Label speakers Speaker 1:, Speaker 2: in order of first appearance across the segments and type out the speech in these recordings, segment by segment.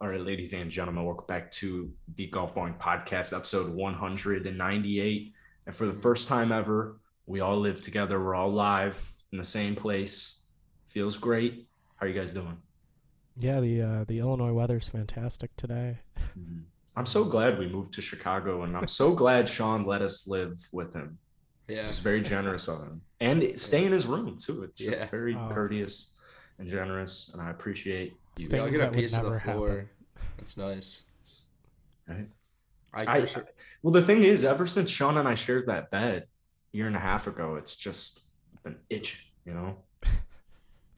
Speaker 1: All right, ladies and gentlemen, welcome back to the Golf Balling Podcast, episode 198. And for the first time ever, we all live together. We're all live in the same place. Feels great. How are you guys doing?
Speaker 2: Yeah, the uh, the Illinois weather's fantastic today.
Speaker 3: Mm-hmm.
Speaker 1: I'm so glad we moved to Chicago, and I'm so glad Sean let us live with him.
Speaker 3: Yeah.
Speaker 1: It's very generous of him, and stay in his room too. It's just
Speaker 3: Yeah.
Speaker 1: very
Speaker 2: Oh.
Speaker 1: courteous and generous, and I appreciate you.
Speaker 2: Things
Speaker 3: Y'all get a
Speaker 2: that would
Speaker 3: piece of the
Speaker 2: never happen.
Speaker 3: floor. That's nice.
Speaker 1: Right.
Speaker 3: I,
Speaker 1: I- Well, the thing is, ever since Sean and I shared that bed a year and a half ago, it's just been itching, you know?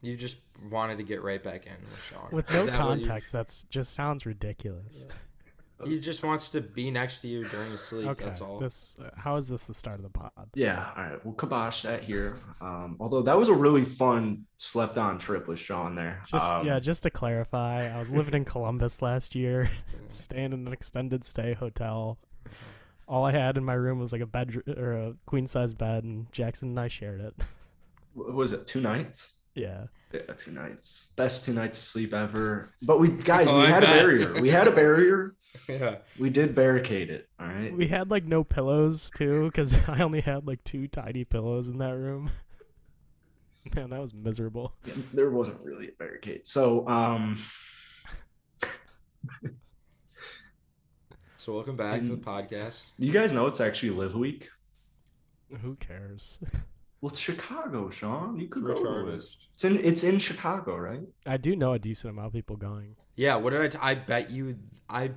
Speaker 3: you just wanted to get right back in with Sean.
Speaker 2: With
Speaker 3: Is
Speaker 2: no
Speaker 3: that what you-
Speaker 2: context, that's just sounds ridiculous.
Speaker 3: he just wants to be next to you during your sleep.
Speaker 2: okay,
Speaker 3: That's all.
Speaker 2: this uh, how is this the start of the pod?
Speaker 1: Yeah. All right. We'll kibosh that here. Um, although that was a really fun slept on trip with Sean there.
Speaker 2: Just
Speaker 1: Um,
Speaker 2: yeah, just to clarify, I was living in Columbus last year, staying in an extended stay hotel. All I had in my room was like a bedroom or a queen size bed, and Jackson and I shared it.
Speaker 1: What was it? Two nights?
Speaker 2: yeah,
Speaker 1: Yeah, two nights. Best two nights of sleep ever. But we, guys,
Speaker 3: Oh,
Speaker 1: we
Speaker 3: I
Speaker 1: had a
Speaker 3: bet.
Speaker 1: barrier. We had a barrier.
Speaker 3: Yeah.
Speaker 1: We did barricade it. All right.
Speaker 2: we had like no pillows too, because I only had like two tiny pillows in that room. Man, that was miserable.
Speaker 1: Yeah, there wasn't really a barricade. So, um,
Speaker 3: So welcome back to the
Speaker 1: Mm.
Speaker 3: podcast.
Speaker 1: you guys know it's actually Live Week.
Speaker 2: Who cares?
Speaker 1: Well, it's Chicago, Sean. You could
Speaker 3: Rich
Speaker 1: go to it.
Speaker 3: artist.
Speaker 1: It's in it's in Chicago, right?
Speaker 2: I do know a decent amount of people going.
Speaker 3: Yeah. What did I? T- I bet you. I.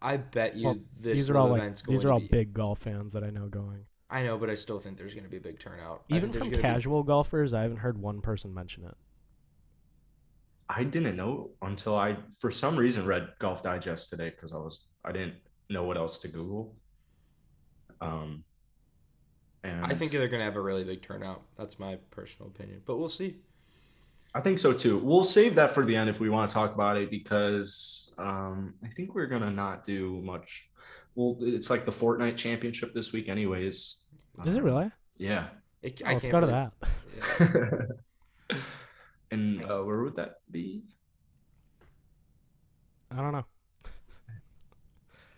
Speaker 3: I bet you
Speaker 2: Well,
Speaker 3: this
Speaker 2: these are all like
Speaker 3: event's going
Speaker 2: these are all
Speaker 3: to be,
Speaker 2: big golf fans that I know going.
Speaker 3: I know, but I still think there's going to be a big turnout. I
Speaker 2: Even
Speaker 3: think there's
Speaker 2: from
Speaker 3: gonna be-
Speaker 2: casual golfers, I haven't heard one person mention it.
Speaker 1: I didn't know until I, for some reason, read Golf Digest today because I was I didn't know what else to Google. Um, and
Speaker 3: I think they're going to have a really big turnout. That's my personal opinion, but we'll see.
Speaker 1: I think so too. We'll save that for the end if we want to talk about it because um, I think we're gonna not do much. Well, it's like the Fortnite Championship this week, anyways.
Speaker 2: Is it
Speaker 1: Um,
Speaker 2: really?
Speaker 1: Yeah.
Speaker 3: It,
Speaker 2: Oh,
Speaker 3: I
Speaker 2: let's
Speaker 3: can't
Speaker 2: go to
Speaker 3: believe-
Speaker 2: that.
Speaker 3: Yeah.
Speaker 1: and
Speaker 3: Thank
Speaker 1: uh, where would that be?
Speaker 2: I don't know.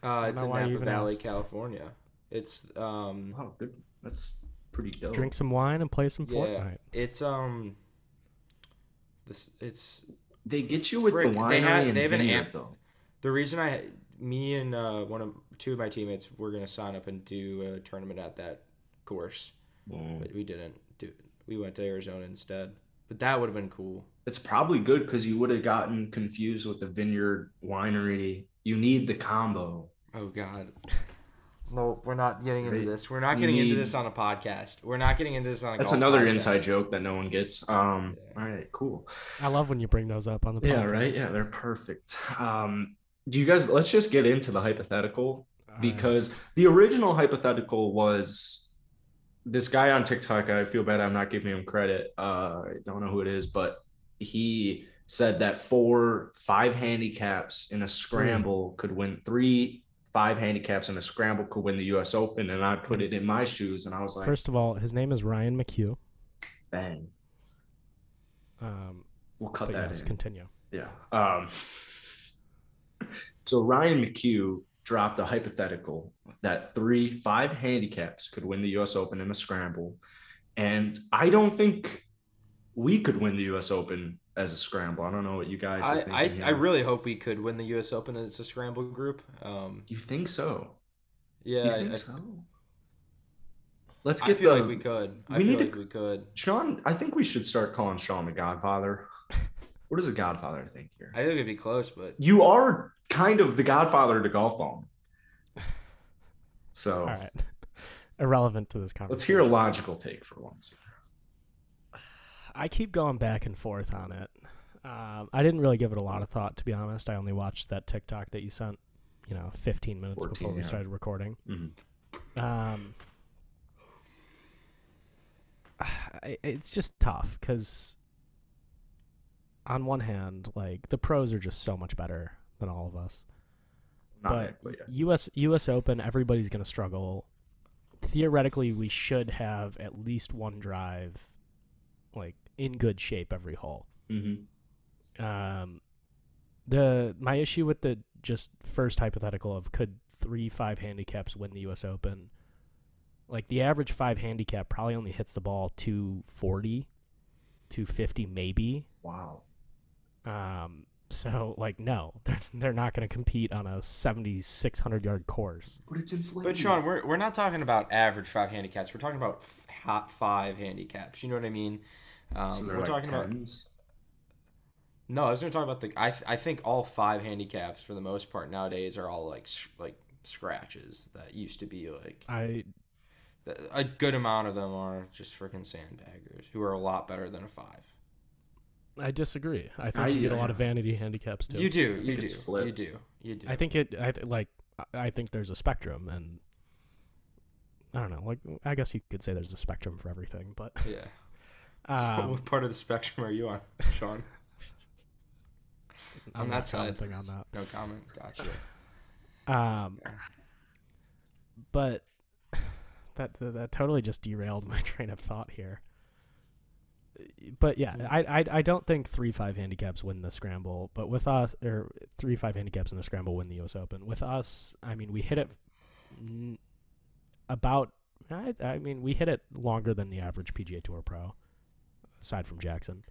Speaker 3: Uh,
Speaker 2: don't
Speaker 3: it's
Speaker 2: know
Speaker 3: in
Speaker 2: why you
Speaker 3: Napa
Speaker 2: even
Speaker 3: Valley,
Speaker 2: asked.
Speaker 3: California. It's um,
Speaker 1: Wow, good. That's pretty dope.
Speaker 2: Drink some wine and play some
Speaker 3: Oh. Yeah.
Speaker 2: Fortnite.
Speaker 3: it's um, this it's
Speaker 1: They get you with
Speaker 3: Frick,
Speaker 1: the winery
Speaker 3: they have-
Speaker 1: and
Speaker 3: they have an
Speaker 1: vineyard,
Speaker 3: amp-
Speaker 1: though.
Speaker 3: the reason I, me and uh, one of two of my teammates were gonna sign up and do a tournament at that course,
Speaker 1: Mm.
Speaker 3: but we didn't do. We went to Arizona instead, but that would have been cool.
Speaker 1: It's probably good because you would have gotten confused with the vineyard winery. You need the combo.
Speaker 3: Oh God. No, we're not getting
Speaker 1: Right.
Speaker 3: into this. We're not
Speaker 1: You
Speaker 3: getting into
Speaker 1: need-
Speaker 3: this on a podcast. We're not getting into this on a.
Speaker 1: That's
Speaker 3: golf
Speaker 1: another
Speaker 3: podcast.
Speaker 1: inside joke that no one gets. Um,
Speaker 3: Yeah.
Speaker 1: All right, cool.
Speaker 2: I love when you bring those up on the podcast.
Speaker 1: Yeah, right. Yeah, they're perfect. Um, do you guys? Let's just get into the hypothetical
Speaker 2: All right.
Speaker 1: because the original hypothetical was this guy on TikTok. I feel bad. I'm not giving him credit. Uh, I don't know who it is, but he said that four five handicaps in a scramble
Speaker 2: Hmm.
Speaker 1: could win three five handicaps in a scramble could win the U.S. Open, and I put it in my shoes, and I was like,
Speaker 2: first of all, his name is Ryan McHugh.
Speaker 1: bang,
Speaker 2: Um,
Speaker 1: we'll cut
Speaker 2: but
Speaker 1: that
Speaker 2: yes,
Speaker 1: in.
Speaker 2: continue.
Speaker 1: Yeah. Um, so Ryan McHugh dropped a hypothetical that three five handicaps could win the U.S. Open in a scramble, and I don't think we could win the U.S. Open as a scramble. I don't know what you guys. Are
Speaker 3: I,
Speaker 1: thinking
Speaker 3: I, I
Speaker 1: here.
Speaker 3: really hope we could win the U.S. Open as a scramble group. Um,
Speaker 1: You think so?
Speaker 3: yeah,
Speaker 1: you
Speaker 3: I-
Speaker 1: think
Speaker 3: I,
Speaker 1: so? Let's
Speaker 3: I
Speaker 1: get
Speaker 3: feel
Speaker 1: the
Speaker 3: like we could. I
Speaker 1: we
Speaker 3: feel
Speaker 1: need to-
Speaker 3: like we could.
Speaker 1: Sean. I think we should start calling Sean the Godfather. what does the Godfather think here?
Speaker 3: I think it'd be close, but
Speaker 1: you are kind of the godfather to golf ball. So
Speaker 3: Oh.
Speaker 2: All right. Irrelevant to this conversation.
Speaker 1: let's hear a logical take for once.
Speaker 2: I keep going back and forth on it. Um, I didn't really give it a lot of thought, to be honest. I only watched that TikTok that you sent, you know, 15 minutes
Speaker 1: 14,
Speaker 2: before we
Speaker 1: yeah.
Speaker 2: started recording.
Speaker 1: Mhm.
Speaker 2: Um, I- it's just tough because, on one hand, like the pros are just so much better than all of us.
Speaker 1: Not
Speaker 2: But-
Speaker 1: actually, yeah.
Speaker 2: U.S. U.S. Open, everybody's going to struggle. Theoretically, we should have at least one drive,
Speaker 3: Mm-hmm.
Speaker 2: like in good shape every hole.
Speaker 1: Mhm.
Speaker 2: Um, the my issue with the just first hypothetical of could three five handicaps win the U.S. Open? Like the average five handicap probably only hits the ball 240, 250 maybe.
Speaker 1: Wow.
Speaker 2: Um, so like no, they're, they're not going to compete on a 7600 yard course.
Speaker 1: But it's inflated.
Speaker 3: But Sean, we're, we're not talking about average five handicaps. We're talking about f- hot five handicaps. You know what I mean? Um,
Speaker 1: so they're
Speaker 3: we're
Speaker 1: like
Speaker 3: talking about
Speaker 1: tens.
Speaker 3: no. I was going to talk about the. I, th- I think all five handicaps for the most part nowadays are all like s- like scratches that used to be like
Speaker 2: I
Speaker 3: th- a good amount of them are just freaking sandbaggers who are a lot better than a five.
Speaker 2: I disagree. I think
Speaker 1: I-
Speaker 2: you get a
Speaker 1: yeah.
Speaker 2: lot of vanity handicaps too.
Speaker 3: You do.
Speaker 1: think
Speaker 3: You do.
Speaker 1: it's flipped.
Speaker 3: You do. You do.
Speaker 2: I think it. I th- like. I- I think there's a spectrum, and I don't know. Like, I guess you could say there's a spectrum for everything, but
Speaker 3: Yeah.
Speaker 2: um,
Speaker 3: what part of the spectrum are you on, Sean?
Speaker 2: I'm
Speaker 3: on
Speaker 2: not
Speaker 3: that side.
Speaker 2: commenting on that.
Speaker 3: No comment. Gotcha.
Speaker 2: Um, but that, that that totally just derailed my train of thought here. But yeah, I, I I don't think three five handicaps win the scramble, but with us or three five handicaps in the scramble win the U.S. Open. With us, I mean, we hit it n- about. I, I mean, we hit it longer than the average PGA Tour pro, aside from Jackson.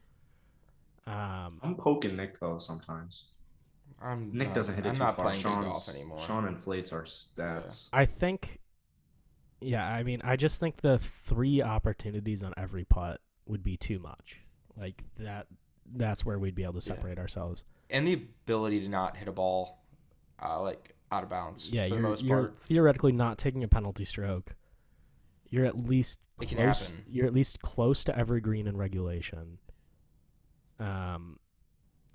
Speaker 2: Um,
Speaker 1: I'm poking Nick though sometimes.
Speaker 3: I'm
Speaker 1: Nick
Speaker 3: not-
Speaker 1: doesn't hit it
Speaker 3: Uh, I'm
Speaker 1: too
Speaker 3: not
Speaker 1: far.
Speaker 3: playing good
Speaker 1: Sean's-
Speaker 3: golf anymore.
Speaker 1: Sean inflates our stats.
Speaker 2: I think, yeah, I mean, I just think the three opportunities on every putt would be too much. Like that, that's where we'd be able to
Speaker 3: Yeah.
Speaker 2: separate ourselves.
Speaker 3: and the ability to not hit a ball uh, like out of bounds.
Speaker 2: Yeah,
Speaker 3: for the
Speaker 2: you're,
Speaker 3: most
Speaker 2: you're
Speaker 3: part.
Speaker 2: theoretically not taking a penalty stroke. You're at least
Speaker 3: It can
Speaker 2: close.
Speaker 3: happen.
Speaker 2: You're at least close to every green in regulation. Um,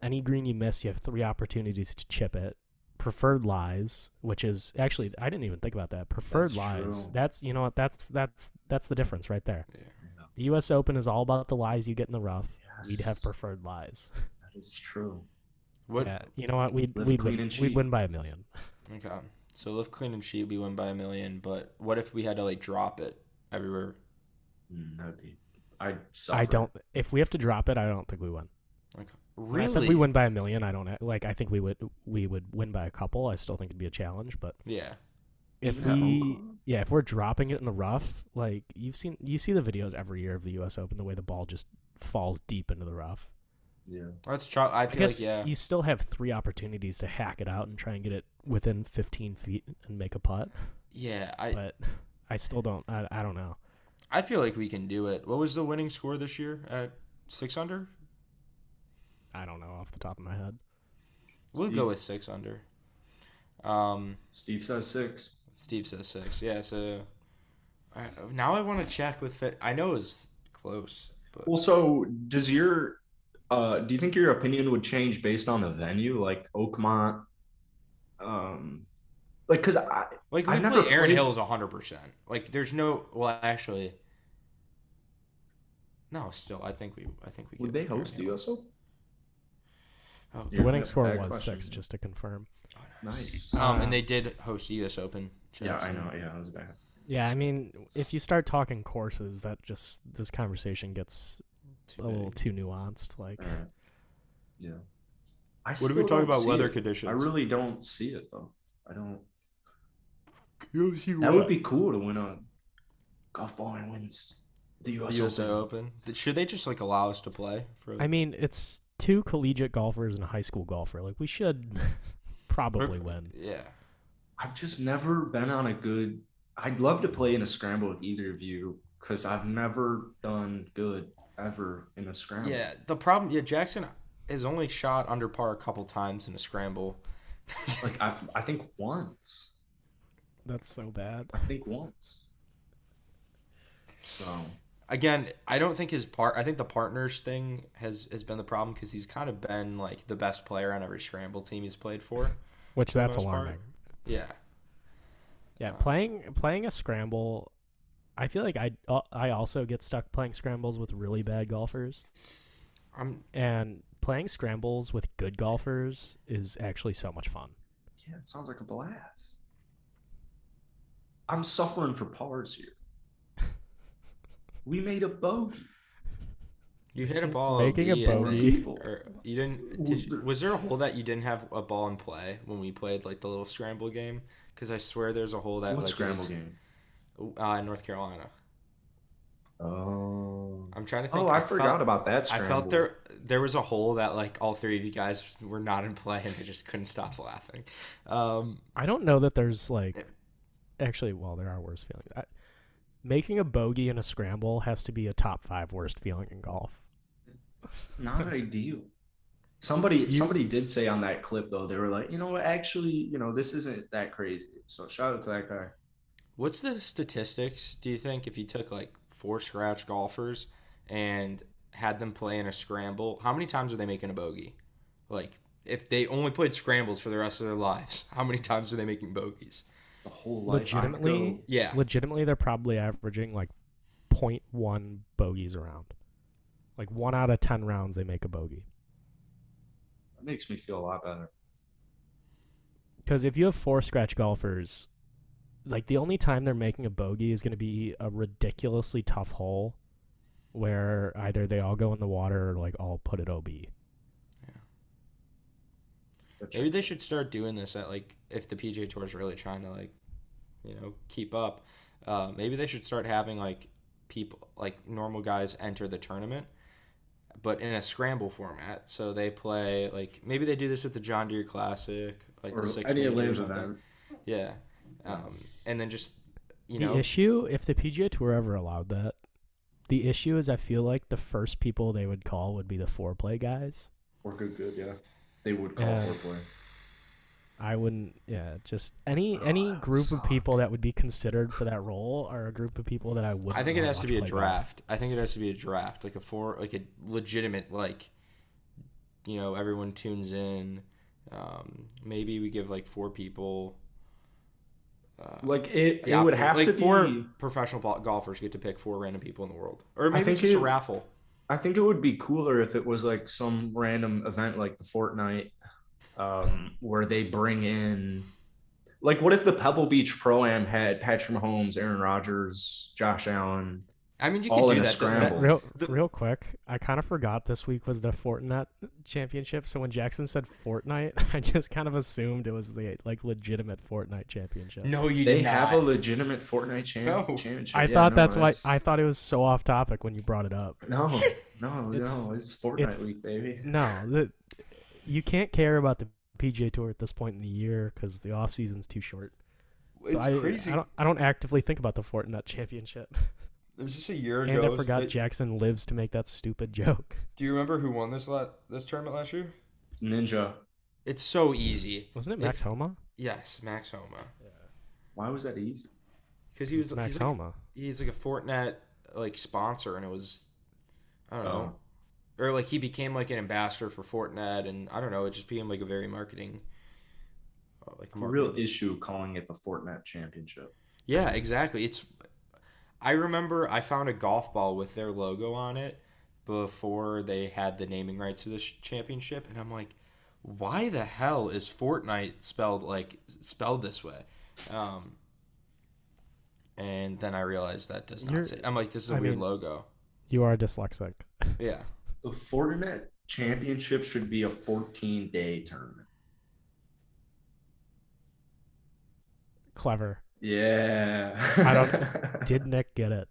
Speaker 2: any green you miss, you have three opportunities to chip it. Preferred lies, which is actually I didn't even think about that. Preferred
Speaker 1: That's
Speaker 2: lies.
Speaker 1: true.
Speaker 2: That's you know what that's that's that's the difference right there.
Speaker 3: Yeah.
Speaker 2: The U.S. Open is all about the lies you get in the rough. We'd have
Speaker 1: Yes,
Speaker 2: preferred lies.
Speaker 1: that is true.
Speaker 3: What?
Speaker 2: Yeah, you know what? We'd
Speaker 1: Live
Speaker 2: we'd
Speaker 1: clean
Speaker 2: win,
Speaker 1: and
Speaker 2: we'd
Speaker 1: cheat.
Speaker 2: win by a million.
Speaker 3: Okay. So lift clean and sheet, we win by a million. But what if we had to like drop it everywhere?
Speaker 1: Mm, that'd be. I
Speaker 2: I don't. If we have to drop it, I don't think we win.
Speaker 3: Okay.
Speaker 2: When
Speaker 3: Really?
Speaker 2: I said we win by a million. I don't like. I think we would we would win by a couple. I still think it'd be a challenge. But
Speaker 3: Yeah.
Speaker 2: if
Speaker 1: Yeah,
Speaker 2: we
Speaker 1: okay.
Speaker 2: yeah, if we're dropping it in the rough, like you've seen, you see the videos every year of the U.S. Open, the way the ball just falls deep into the rough.
Speaker 1: Yeah.
Speaker 3: Let's try. I
Speaker 2: I
Speaker 3: feel
Speaker 2: guess
Speaker 3: like yeah.
Speaker 2: you still have three opportunities to hack it out and try and get it within 15 feet and make a putt.
Speaker 3: Yeah. I
Speaker 2: But I still don't. I, I don't know.
Speaker 3: I feel like we can do it. What was the winning score this year at six under?
Speaker 2: I don't know off the top of my head.
Speaker 3: We'll
Speaker 1: Steve.
Speaker 3: go with six under. Um,
Speaker 1: Steve says six.
Speaker 3: Steve says six. Yeah. So I, now I want to check with it. I know it was close, but
Speaker 1: Well, so does your uh do you think your opinion would change based on the venue, like Oakmont? Um like because I
Speaker 3: like
Speaker 1: I've
Speaker 3: we
Speaker 1: never
Speaker 3: play Aaron
Speaker 1: played-
Speaker 3: Hills hundred percent. Like there's no. Well, actually, no. Still, I think we. I think we.
Speaker 1: would
Speaker 3: give
Speaker 1: they
Speaker 3: Aaron
Speaker 1: host the
Speaker 3: Hills.
Speaker 1: US Open?
Speaker 3: Oh,
Speaker 1: Yeah.
Speaker 2: The
Speaker 3: God.
Speaker 2: winning
Speaker 1: that-
Speaker 2: score
Speaker 1: that
Speaker 2: was
Speaker 1: question.
Speaker 2: six, just to confirm.
Speaker 3: Oh,
Speaker 1: Nice.
Speaker 3: Um,
Speaker 2: Uh,
Speaker 3: and they did host the U.S. Open.
Speaker 1: Yeah, I
Speaker 3: so-
Speaker 1: know. Yeah, I was bad.
Speaker 2: Yeah, I mean, if you start talking courses, that just this conversation gets
Speaker 3: Too
Speaker 2: a little
Speaker 3: big.
Speaker 2: too nuanced. Like,
Speaker 1: All right. Yeah. I
Speaker 3: What are we
Speaker 1: still
Speaker 3: talking
Speaker 1: don't
Speaker 3: about?
Speaker 1: see
Speaker 3: Weather
Speaker 1: it.
Speaker 3: conditions.
Speaker 1: I really don't see it though. I don't.
Speaker 3: You see
Speaker 1: That
Speaker 3: what?
Speaker 1: would be cool to win a golf ball and wins the
Speaker 3: The
Speaker 1: U.S.
Speaker 3: U.S.
Speaker 1: Open.
Speaker 3: Open. Th- Should they just like allow us to play for?
Speaker 2: I mean, it's two collegiate golfers and a high school golfer. Like, we should probably win.
Speaker 3: yeah.
Speaker 1: I've just never been on a good. I'd love to play in a scramble with either of you because I've never done good ever in a scramble.
Speaker 3: Yeah. The problem. Yeah, Jackson has only shot under par a couple times in a scramble.
Speaker 1: Like I, I think once.
Speaker 2: That's so bad.
Speaker 1: I think once. So
Speaker 3: Again, I don't think his part. I think the partners thing has has been the problem because he's kind of been like the best player on every scramble team he's played for.
Speaker 2: Which that's
Speaker 3: most part.
Speaker 2: alarming.
Speaker 3: Yeah.
Speaker 2: Yeah, playing playing a scramble. I feel like I uh, I also get stuck playing scrambles with really bad golfers,
Speaker 3: I'm.
Speaker 2: and playing scrambles with good golfers is actually so much fun.
Speaker 1: yeah, it sounds like a blast. I'm suffering for pars here. We made a bogey.
Speaker 3: You hit a ball
Speaker 2: Making a
Speaker 3: OB, I think,
Speaker 2: bogey.
Speaker 3: Or you didn't? Did you- was there a hole that you didn't have a ball in play when we played like the little scramble game? Because I swear there's a hole that
Speaker 1: What
Speaker 3: like
Speaker 1: scramble
Speaker 3: was-
Speaker 1: game?
Speaker 3: Uh, North Carolina.
Speaker 1: Oh.
Speaker 3: I'm trying to think.
Speaker 1: Oh, I
Speaker 3: felt-
Speaker 1: forgot about that
Speaker 3: I
Speaker 1: scramble.
Speaker 3: felt there there was a hole that like all three of you guys were not in play, and I just couldn't stop laughing. Um,
Speaker 2: I don't know that there's like actually well there are worse feelings. I, making a bogey in a scramble has to be a top 5 worst feeling in golf.
Speaker 1: It's not ideal. Somebody somebody did say on that clip though, they were like, you know what, actually, you know, this isn't that crazy. So shout out to that guy.
Speaker 3: What's the statistics, do you think, if you took like four scratch golfers and had them play in a scramble? How many times are they making a bogey? Like, if they only played scrambles for the rest of their lives, how many times are they making bogeys?
Speaker 1: The whole life
Speaker 2: Legitimately?
Speaker 1: ago.
Speaker 3: Yeah.
Speaker 2: Legitimately they're probably averaging like 0.1 bogeys around. Like 1 out of 10 rounds they make a bogey.
Speaker 1: That makes me feel a lot better.
Speaker 2: Because if you have four scratch golfers, like the only time they're making a bogey is going to be a ridiculously tough hole where either they all go in the water or like all put it OB.
Speaker 1: That's
Speaker 3: Maybe they should start doing this at like, if the PGA Tour is really trying to like, you know, keep up, uh, maybe they should start having like people, like normal guys enter the tournament. But in a scramble format, so they play like maybe they do this with the John Deere Classic, like
Speaker 1: or
Speaker 3: the six
Speaker 1: any
Speaker 3: major or
Speaker 1: live
Speaker 3: something.
Speaker 1: event.
Speaker 3: Yeah. Um, and then just, you
Speaker 2: the
Speaker 3: know,
Speaker 2: issue, if the PGA Tour ever allowed that, the issue is I feel like the first people they would call would be the foreplay guys.
Speaker 1: Or good good, yeah. They would call
Speaker 2: Yeah.
Speaker 1: for play.
Speaker 2: I wouldn't, yeah, just any
Speaker 1: Oh,
Speaker 2: any
Speaker 1: that
Speaker 2: group of
Speaker 1: sucks.
Speaker 2: people that would be considered for that role are a group of people that I would.
Speaker 3: I think it has to be a draft. I think it has to be a draft, like a four, like a legitimate, like, you know, everyone tunes in. Um, maybe we give like four people. Uh,
Speaker 1: Like it,
Speaker 3: yeah,
Speaker 1: it would have
Speaker 3: like
Speaker 1: to
Speaker 3: four
Speaker 1: be
Speaker 3: professional bo- golfers get to pick four random people in the world, or maybe
Speaker 1: think
Speaker 3: it's just a
Speaker 1: it-
Speaker 3: raffle.
Speaker 1: I think it would be cooler if it was like some random event like the Fortnite, um, where they bring in, like, what if the Pebble Beach Pro Am had Patrick Mahomes, Aaron Rodgers, Josh Allen?
Speaker 3: I mean, you
Speaker 1: all
Speaker 3: could
Speaker 1: in
Speaker 3: do
Speaker 1: a
Speaker 3: that. th- that-
Speaker 1: scramble.
Speaker 2: Real,
Speaker 3: The-
Speaker 2: real quick, I kind of forgot this week was the Fortnite championship. So when Jackson said Fortnite, I just kind of assumed it was the like legitimate Fortnite championship.
Speaker 3: no, you
Speaker 1: They
Speaker 3: did
Speaker 1: have a
Speaker 3: not.
Speaker 1: legitimate Fortnite champ-
Speaker 3: No.
Speaker 1: championship.
Speaker 2: I
Speaker 1: Yeah,
Speaker 2: thought
Speaker 1: no,
Speaker 2: that's why I thought it was so off topic when you brought it up.
Speaker 1: No, no,
Speaker 2: It's-
Speaker 1: no. It's Fortnite
Speaker 2: it's-
Speaker 1: week, baby.
Speaker 2: No, the, you can't care about the PGA Tour at this point in the year because the off season's too short. So
Speaker 3: It's
Speaker 2: I,
Speaker 3: crazy.
Speaker 2: I don't, I don't actively think about the Fortnite championship,
Speaker 3: it was just a year
Speaker 2: and
Speaker 3: ago.
Speaker 2: I forgot
Speaker 3: They-
Speaker 2: Jackson lives to make that stupid joke.
Speaker 3: do you remember who won this la- this tournament last year?
Speaker 1: Ninja.
Speaker 3: It's so easy.
Speaker 2: Wasn't it
Speaker 3: If-
Speaker 2: Max Homa?
Speaker 3: Yes, Max Homa.
Speaker 1: Why was that easy?
Speaker 3: Because he was
Speaker 2: Max
Speaker 3: he's like,
Speaker 2: Homa.
Speaker 3: he's like a Fortinet like sponsor, and it was I don't know,
Speaker 1: Oh.
Speaker 3: or like he became like an ambassador for Fortinet, and I don't know, it just became like a very marketing, uh, like a
Speaker 1: A
Speaker 3: marketing.
Speaker 1: real issue calling it the Fortnite championship.
Speaker 3: Yeah, exactly. It's I remember I found a golf ball with their logo on it before they had the naming rights to this championship, and I'm like, why the hell is Fortnite spelled like spelled this way? Um, and then I realized that does not
Speaker 2: You're-
Speaker 3: say. I'm like, this is a
Speaker 2: I
Speaker 3: weird
Speaker 2: mean-
Speaker 3: logo.
Speaker 2: You are dyslexic.
Speaker 3: Yeah.
Speaker 1: The Fortnite championship should be a 14 day tournament.
Speaker 2: Clever.
Speaker 1: Yeah.
Speaker 2: I don't- Did Oh. Nick get it?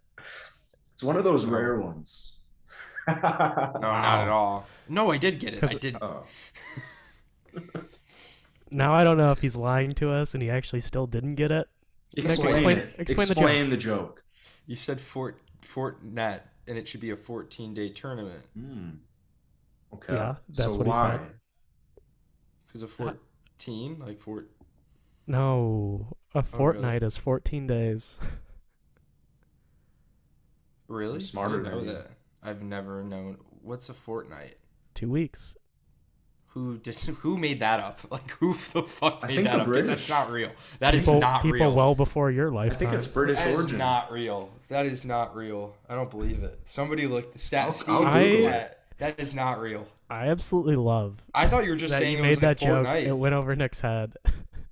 Speaker 1: It's one of those
Speaker 3: No.
Speaker 1: rare ones. no,
Speaker 3: No, not at all. No, I did get it. I
Speaker 2: 'Cause-
Speaker 3: did.
Speaker 1: Oh,
Speaker 2: Now I don't know if he's lying to us and he actually still didn't get it.
Speaker 1: explain,
Speaker 2: explain-
Speaker 1: it.
Speaker 2: explain the
Speaker 1: the joke.
Speaker 3: You said Fort Fortinet, and it should be a 14 day tournament
Speaker 1: Hmm. Okay.
Speaker 2: Yeah, that's
Speaker 1: so
Speaker 2: what he
Speaker 1: why?
Speaker 2: said.
Speaker 3: because of
Speaker 2: Uh-huh.
Speaker 3: 14, like Fort.
Speaker 2: No, a
Speaker 3: Oh, really?
Speaker 2: fortnight is 14 days.
Speaker 3: Really? I
Speaker 1: smarter
Speaker 3: didn't
Speaker 1: than
Speaker 3: know
Speaker 1: you.
Speaker 3: that. I've never known. What's a fortnight?
Speaker 2: Two weeks.
Speaker 3: Who dis- Who made that up? Like who the fuck
Speaker 1: I
Speaker 3: made
Speaker 1: think
Speaker 3: that
Speaker 1: the
Speaker 3: up? Because that's
Speaker 1: British.
Speaker 3: not real. That is
Speaker 2: people
Speaker 3: not
Speaker 2: people
Speaker 3: real.
Speaker 2: well before your
Speaker 1: I
Speaker 2: lifetime.
Speaker 1: think it's British
Speaker 3: that is
Speaker 1: origin.
Speaker 3: not real. That is not real. I don't believe it. Somebody looked
Speaker 1: I'll-
Speaker 3: the stat.
Speaker 1: I'll
Speaker 3: Steve looked
Speaker 2: Google
Speaker 3: that. that is not real.
Speaker 2: I absolutely love
Speaker 3: I thought you were just
Speaker 2: that
Speaker 3: saying
Speaker 2: you
Speaker 3: it
Speaker 2: made
Speaker 3: was
Speaker 2: that
Speaker 3: like
Speaker 2: joke.
Speaker 3: Fortnite.
Speaker 2: It went over Nick's head.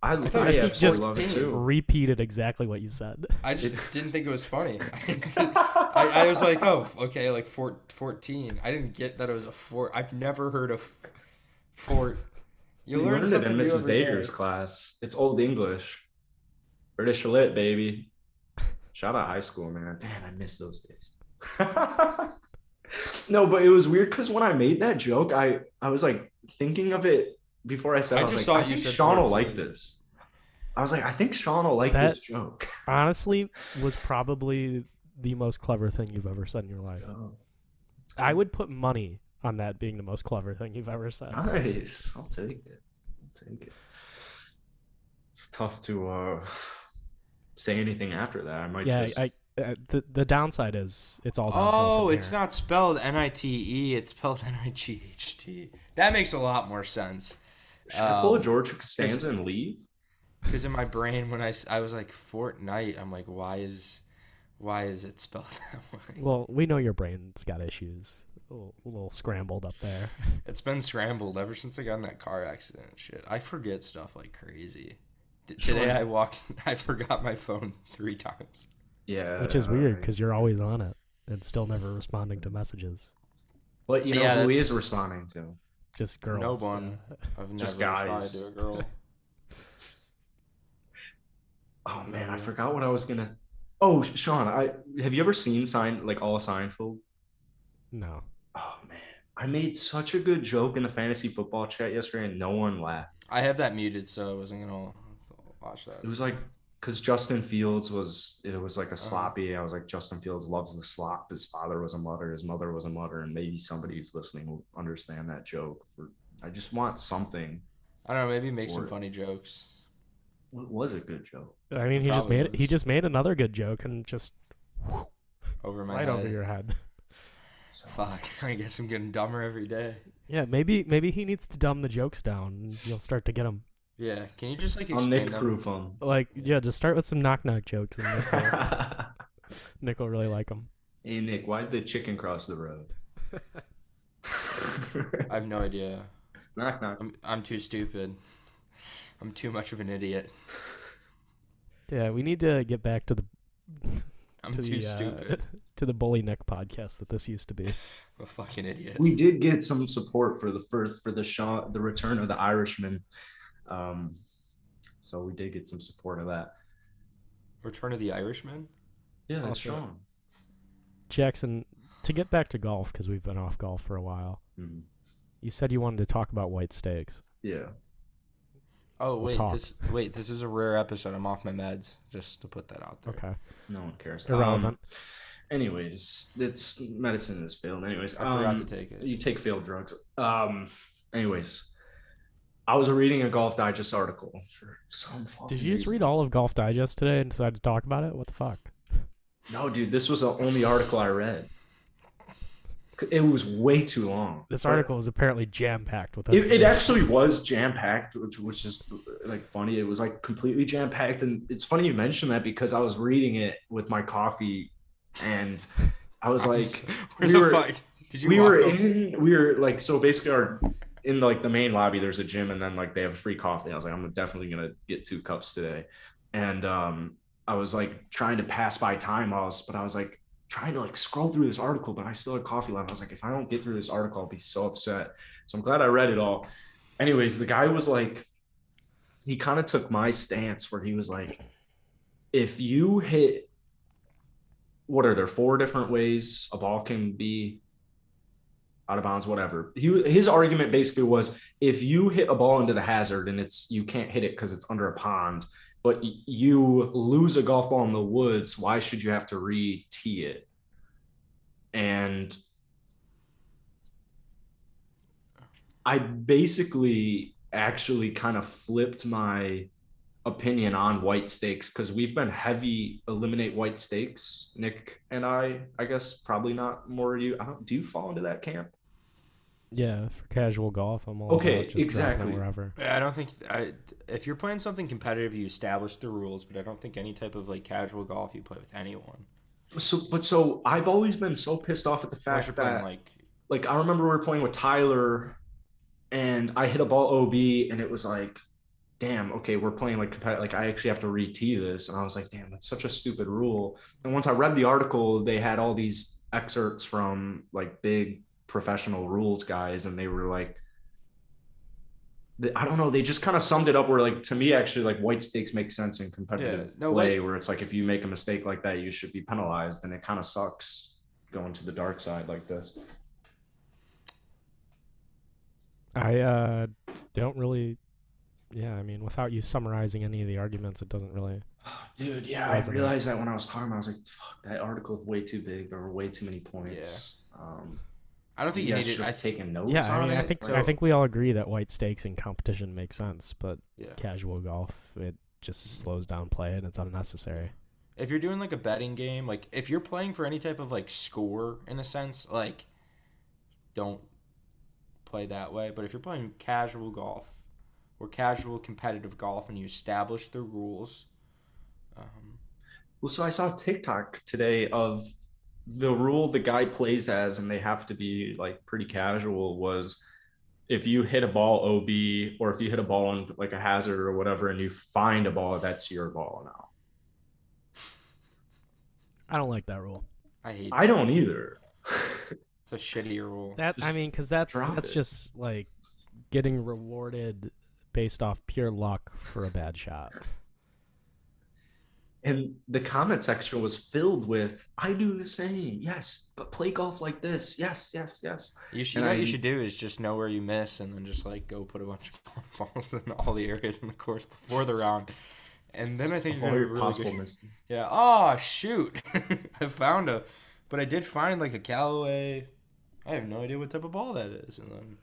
Speaker 1: I, I,
Speaker 3: thought it was
Speaker 1: absolutely
Speaker 2: just
Speaker 1: love it
Speaker 3: did.
Speaker 1: too.
Speaker 2: Repeated exactly what you said.
Speaker 3: I just didn't think it was funny. I, I was like, oh, okay, like four, 14. I didn't get that it was a fort. I've never heard of fort. You
Speaker 1: You
Speaker 3: learn
Speaker 1: learned it
Speaker 3: something
Speaker 1: in
Speaker 3: new
Speaker 1: Mrs.
Speaker 3: every day.
Speaker 1: Dager's class. It's Old English. British lit, baby. Shout out high school, man. Man, I miss those days. no, but it was weird because when I made that joke, I I was like thinking of it before I said.
Speaker 3: I
Speaker 1: I, was
Speaker 3: just
Speaker 1: like,
Speaker 3: thought
Speaker 1: I
Speaker 3: you
Speaker 1: think
Speaker 3: said
Speaker 1: Sean will
Speaker 3: 14.
Speaker 1: like this. I was like, I think Sean will like
Speaker 2: That-
Speaker 1: this joke.
Speaker 2: Honestly, was probably the most clever thing you've ever said in your life. I would put money on that being the most clever thing you've ever said.
Speaker 1: Nice. I'll take it. I'll take it. It's tough to uh, say anything after that. I might
Speaker 2: yeah,
Speaker 1: just.
Speaker 2: I, uh, the the downside is it's all. downhill
Speaker 3: Oh,
Speaker 2: from
Speaker 3: it's
Speaker 2: here.
Speaker 3: not spelled N I T E. It's spelled N I G H T. That makes a lot more sense.
Speaker 1: Should I pull a
Speaker 3: Um,
Speaker 1: George Costanza and leave?
Speaker 3: Because in my brain, when I, s- I was like Fortnite, I'm like, why is, why is it spelled that way?
Speaker 2: Well, we know your brain's got issues. A little, a little scrambled up there.
Speaker 3: It's been scrambled ever since I got in that car accident. and Shit, I forget stuff like crazy. D- today
Speaker 1: Sure.
Speaker 3: I walked, I forgot my phone three times.
Speaker 1: Yeah.
Speaker 2: Which is weird because
Speaker 1: alright.
Speaker 2: you're always on it and still never responding to messages.
Speaker 1: But you know
Speaker 3: Yeah,
Speaker 1: who
Speaker 3: that's-
Speaker 1: is responding to?
Speaker 2: Just girls.
Speaker 3: No one.
Speaker 2: yeah.
Speaker 3: I've never
Speaker 1: Just
Speaker 3: responded
Speaker 1: guys.
Speaker 3: to a girl.
Speaker 1: Oh man, I forgot what I was gonna. Oh, Sean, I have you ever seen Sign like all Seinfeld?
Speaker 2: No.
Speaker 1: Oh man, I made such a good joke in the fantasy football chat yesterday, and no one laughed.
Speaker 3: I have that muted, so I wasn't gonna watch that.
Speaker 1: It was like because Justin Fields was it was
Speaker 3: Oh.
Speaker 1: like a sloppy. I was like Justin Fields loves the slop. His father was a mutter. His mother was a mutter, and maybe somebody who's listening will understand that joke. For I just want something.
Speaker 3: I don't know. Maybe make some
Speaker 1: Fort-
Speaker 3: funny jokes.
Speaker 1: What was a good joke?
Speaker 2: I mean, he just
Speaker 3: Probably
Speaker 2: made he
Speaker 3: was.
Speaker 2: just made another good joke and just
Speaker 3: over my
Speaker 2: right
Speaker 3: head.
Speaker 2: over your head.
Speaker 3: Fuck, I guess I'm getting dumber every day.
Speaker 2: Yeah, maybe maybe he needs to dumb the jokes down. And you'll start to get them.
Speaker 3: Yeah, can you just like
Speaker 1: I'll
Speaker 3: explain
Speaker 1: Nick
Speaker 3: them?
Speaker 1: proof him.
Speaker 2: Like yeah, just start with some knock knock jokes. And Nick, will,
Speaker 1: hey
Speaker 2: Nick will really like them.
Speaker 1: Nick, why did the chicken cross the road?
Speaker 3: I have no idea.
Speaker 1: knock knock.
Speaker 3: I'm I'm too stupid. I'm too much of an idiot.
Speaker 2: Yeah, we need to get back to the
Speaker 3: I'm
Speaker 2: to
Speaker 3: too
Speaker 2: the, uh,
Speaker 3: stupid.
Speaker 2: to the bully Nick podcast that this used to be.
Speaker 3: I'm a fucking idiot.
Speaker 1: We did get some support for the first for the shot the return of the Irishman. Um, so we did get some support of that.
Speaker 3: Return of the Irishman.
Speaker 1: Yeah, that's
Speaker 2: Also-
Speaker 1: Sean.
Speaker 2: Jackson, to get back to golf because we've been off golf for a while.
Speaker 1: Mhm.
Speaker 2: You said you wanted to talk about white stakes.
Speaker 1: Yeah.
Speaker 3: Oh
Speaker 2: We'll
Speaker 3: wait,
Speaker 2: talk.
Speaker 3: this wait, this is a rare episode. I'm off my meds. Just to put that out there.
Speaker 2: Okay,
Speaker 1: No one cares.
Speaker 2: irrelevant.
Speaker 1: Um, anyways, it's medicine is failed. Anyways,
Speaker 3: I forgot
Speaker 1: um,
Speaker 3: to take it.
Speaker 1: You take failed drugs. Um. Anyways, I was reading a Golf Digest article for some. fucking
Speaker 2: Did you just
Speaker 1: reason.
Speaker 2: read all of Golf Digest today and decide to talk about it? What the fuck?
Speaker 1: No, dude, this was the only article I read. C- It was way too long.
Speaker 2: This
Speaker 1: But
Speaker 2: article is apparently jam packed with.
Speaker 1: Uh, It, it
Speaker 2: information.
Speaker 1: actually was jam packed, which, which is like funny. It was like completely jam packed, and it's funny you mention that because I was reading it with my coffee, and I was
Speaker 3: I'm
Speaker 1: like,
Speaker 3: s- where
Speaker 1: we
Speaker 3: the
Speaker 1: were-
Speaker 3: fuck? Did you
Speaker 1: we
Speaker 3: walk
Speaker 1: were
Speaker 3: over-
Speaker 1: in we were like so basically our in like the main lobby there's a gym and then like they have free coffee i was like i'm definitely gonna get two cups today and um i was like trying to pass by time i was but i was like trying to like scroll through this article but i still had coffee left i was like if i don't get through this article i'll be so upset so i'm glad i read it all anyways the guy was like he kind of took my stance where he was like if you hit what are there four different ways a ball can be out of bounds, whatever. He, his argument basically was if you hit a ball into the hazard and it's you can't hit it because it's under a pond, but y- you lose a golf ball in the woods, why should you have to re tee it? And I basically actually kind of flipped my opinion on white stakes because we've been heavy eliminate white stakes. Nick and I, I guess probably not more you. I don't do you fall into that camp?
Speaker 2: Yeah, for casual golf, I'm all
Speaker 1: Okay,
Speaker 2: about just dropping them
Speaker 1: exactly.
Speaker 2: Wherever.
Speaker 3: I don't think I. If you're playing something competitive, you establish the rules. But I don't think any type of like casual golf you play with anyone.
Speaker 1: So, but so I've always been so pissed off at the fact
Speaker 3: Unless you're
Speaker 1: that
Speaker 3: playing like
Speaker 1: like I remember we were playing with Tyler and I hit a ball OB and it was like damn, okay, we're playing like competitive. Like I actually have to re-tee this, and I was like, damn, that's such a stupid rule. And once I read the article, they had all these excerpts from like big professional rules guys, and they were like, I don't know. They just kind of summed it up where, like, to me, actually, like white stakes make sense in competitive
Speaker 3: Yeah, no
Speaker 1: play,
Speaker 3: way.
Speaker 1: where it's like if you make a mistake like that, you should be penalized, and it kind of sucks going to the dark side like this.
Speaker 2: I uh, don't really. Yeah, I mean, without you summarizing any of the arguments, it doesn't really.
Speaker 1: Dude, yeah, I
Speaker 2: Resume.
Speaker 1: realized that when I was talking, I was like, fuck, that article is way too big. There were way too many points. Um,
Speaker 3: I don't
Speaker 1: I think
Speaker 3: think
Speaker 1: you
Speaker 3: you
Speaker 1: guys
Speaker 3: need
Speaker 1: should
Speaker 3: it. I
Speaker 1: have
Speaker 3: think
Speaker 1: taken notes
Speaker 2: Yeah,
Speaker 1: on
Speaker 2: I mean, I
Speaker 1: it.
Speaker 2: think
Speaker 1: Like,
Speaker 2: I think we all agree that white stakes in competition make sense, but
Speaker 3: yeah.
Speaker 2: casual golf it just slows down play and it's unnecessary.
Speaker 3: if you're doing like a betting game, like if you're playing for any type of like score in a sense, like don't play that way. But if you're playing casual golf or casual competitive golf and you establish the rules, um,
Speaker 1: Well, so I saw a TikTok today of the rule the guy plays as, and they have to be like pretty casual. Was if you hit a ball OB or if you hit a ball on like a hazard or whatever, and you find a ball, that's your ball now.
Speaker 2: I don't like that rule.
Speaker 3: I hate.
Speaker 1: I don't either.
Speaker 3: It's a shitty rule.
Speaker 2: That I
Speaker 1: Just
Speaker 2: mean, because that's
Speaker 1: drop
Speaker 2: that's
Speaker 1: it.
Speaker 2: just like getting rewarded based off pure luck for a bad shot.
Speaker 1: And the comment section was filled with, I do the same. Yes, but play golf like this. Yes, yes, yes.
Speaker 3: You should.
Speaker 1: And
Speaker 3: You know what you
Speaker 1: I-
Speaker 3: should do is just know where you miss and then just like go put a bunch of golf balls in all the areas in the course before the round, and then I think you're
Speaker 1: All
Speaker 3: gonna be
Speaker 1: your
Speaker 3: really
Speaker 1: possible
Speaker 3: good.
Speaker 1: misses.
Speaker 3: Yeah. Oh shoot! I found a, but I did find like a Callaway. I have no idea what type of ball that is, and then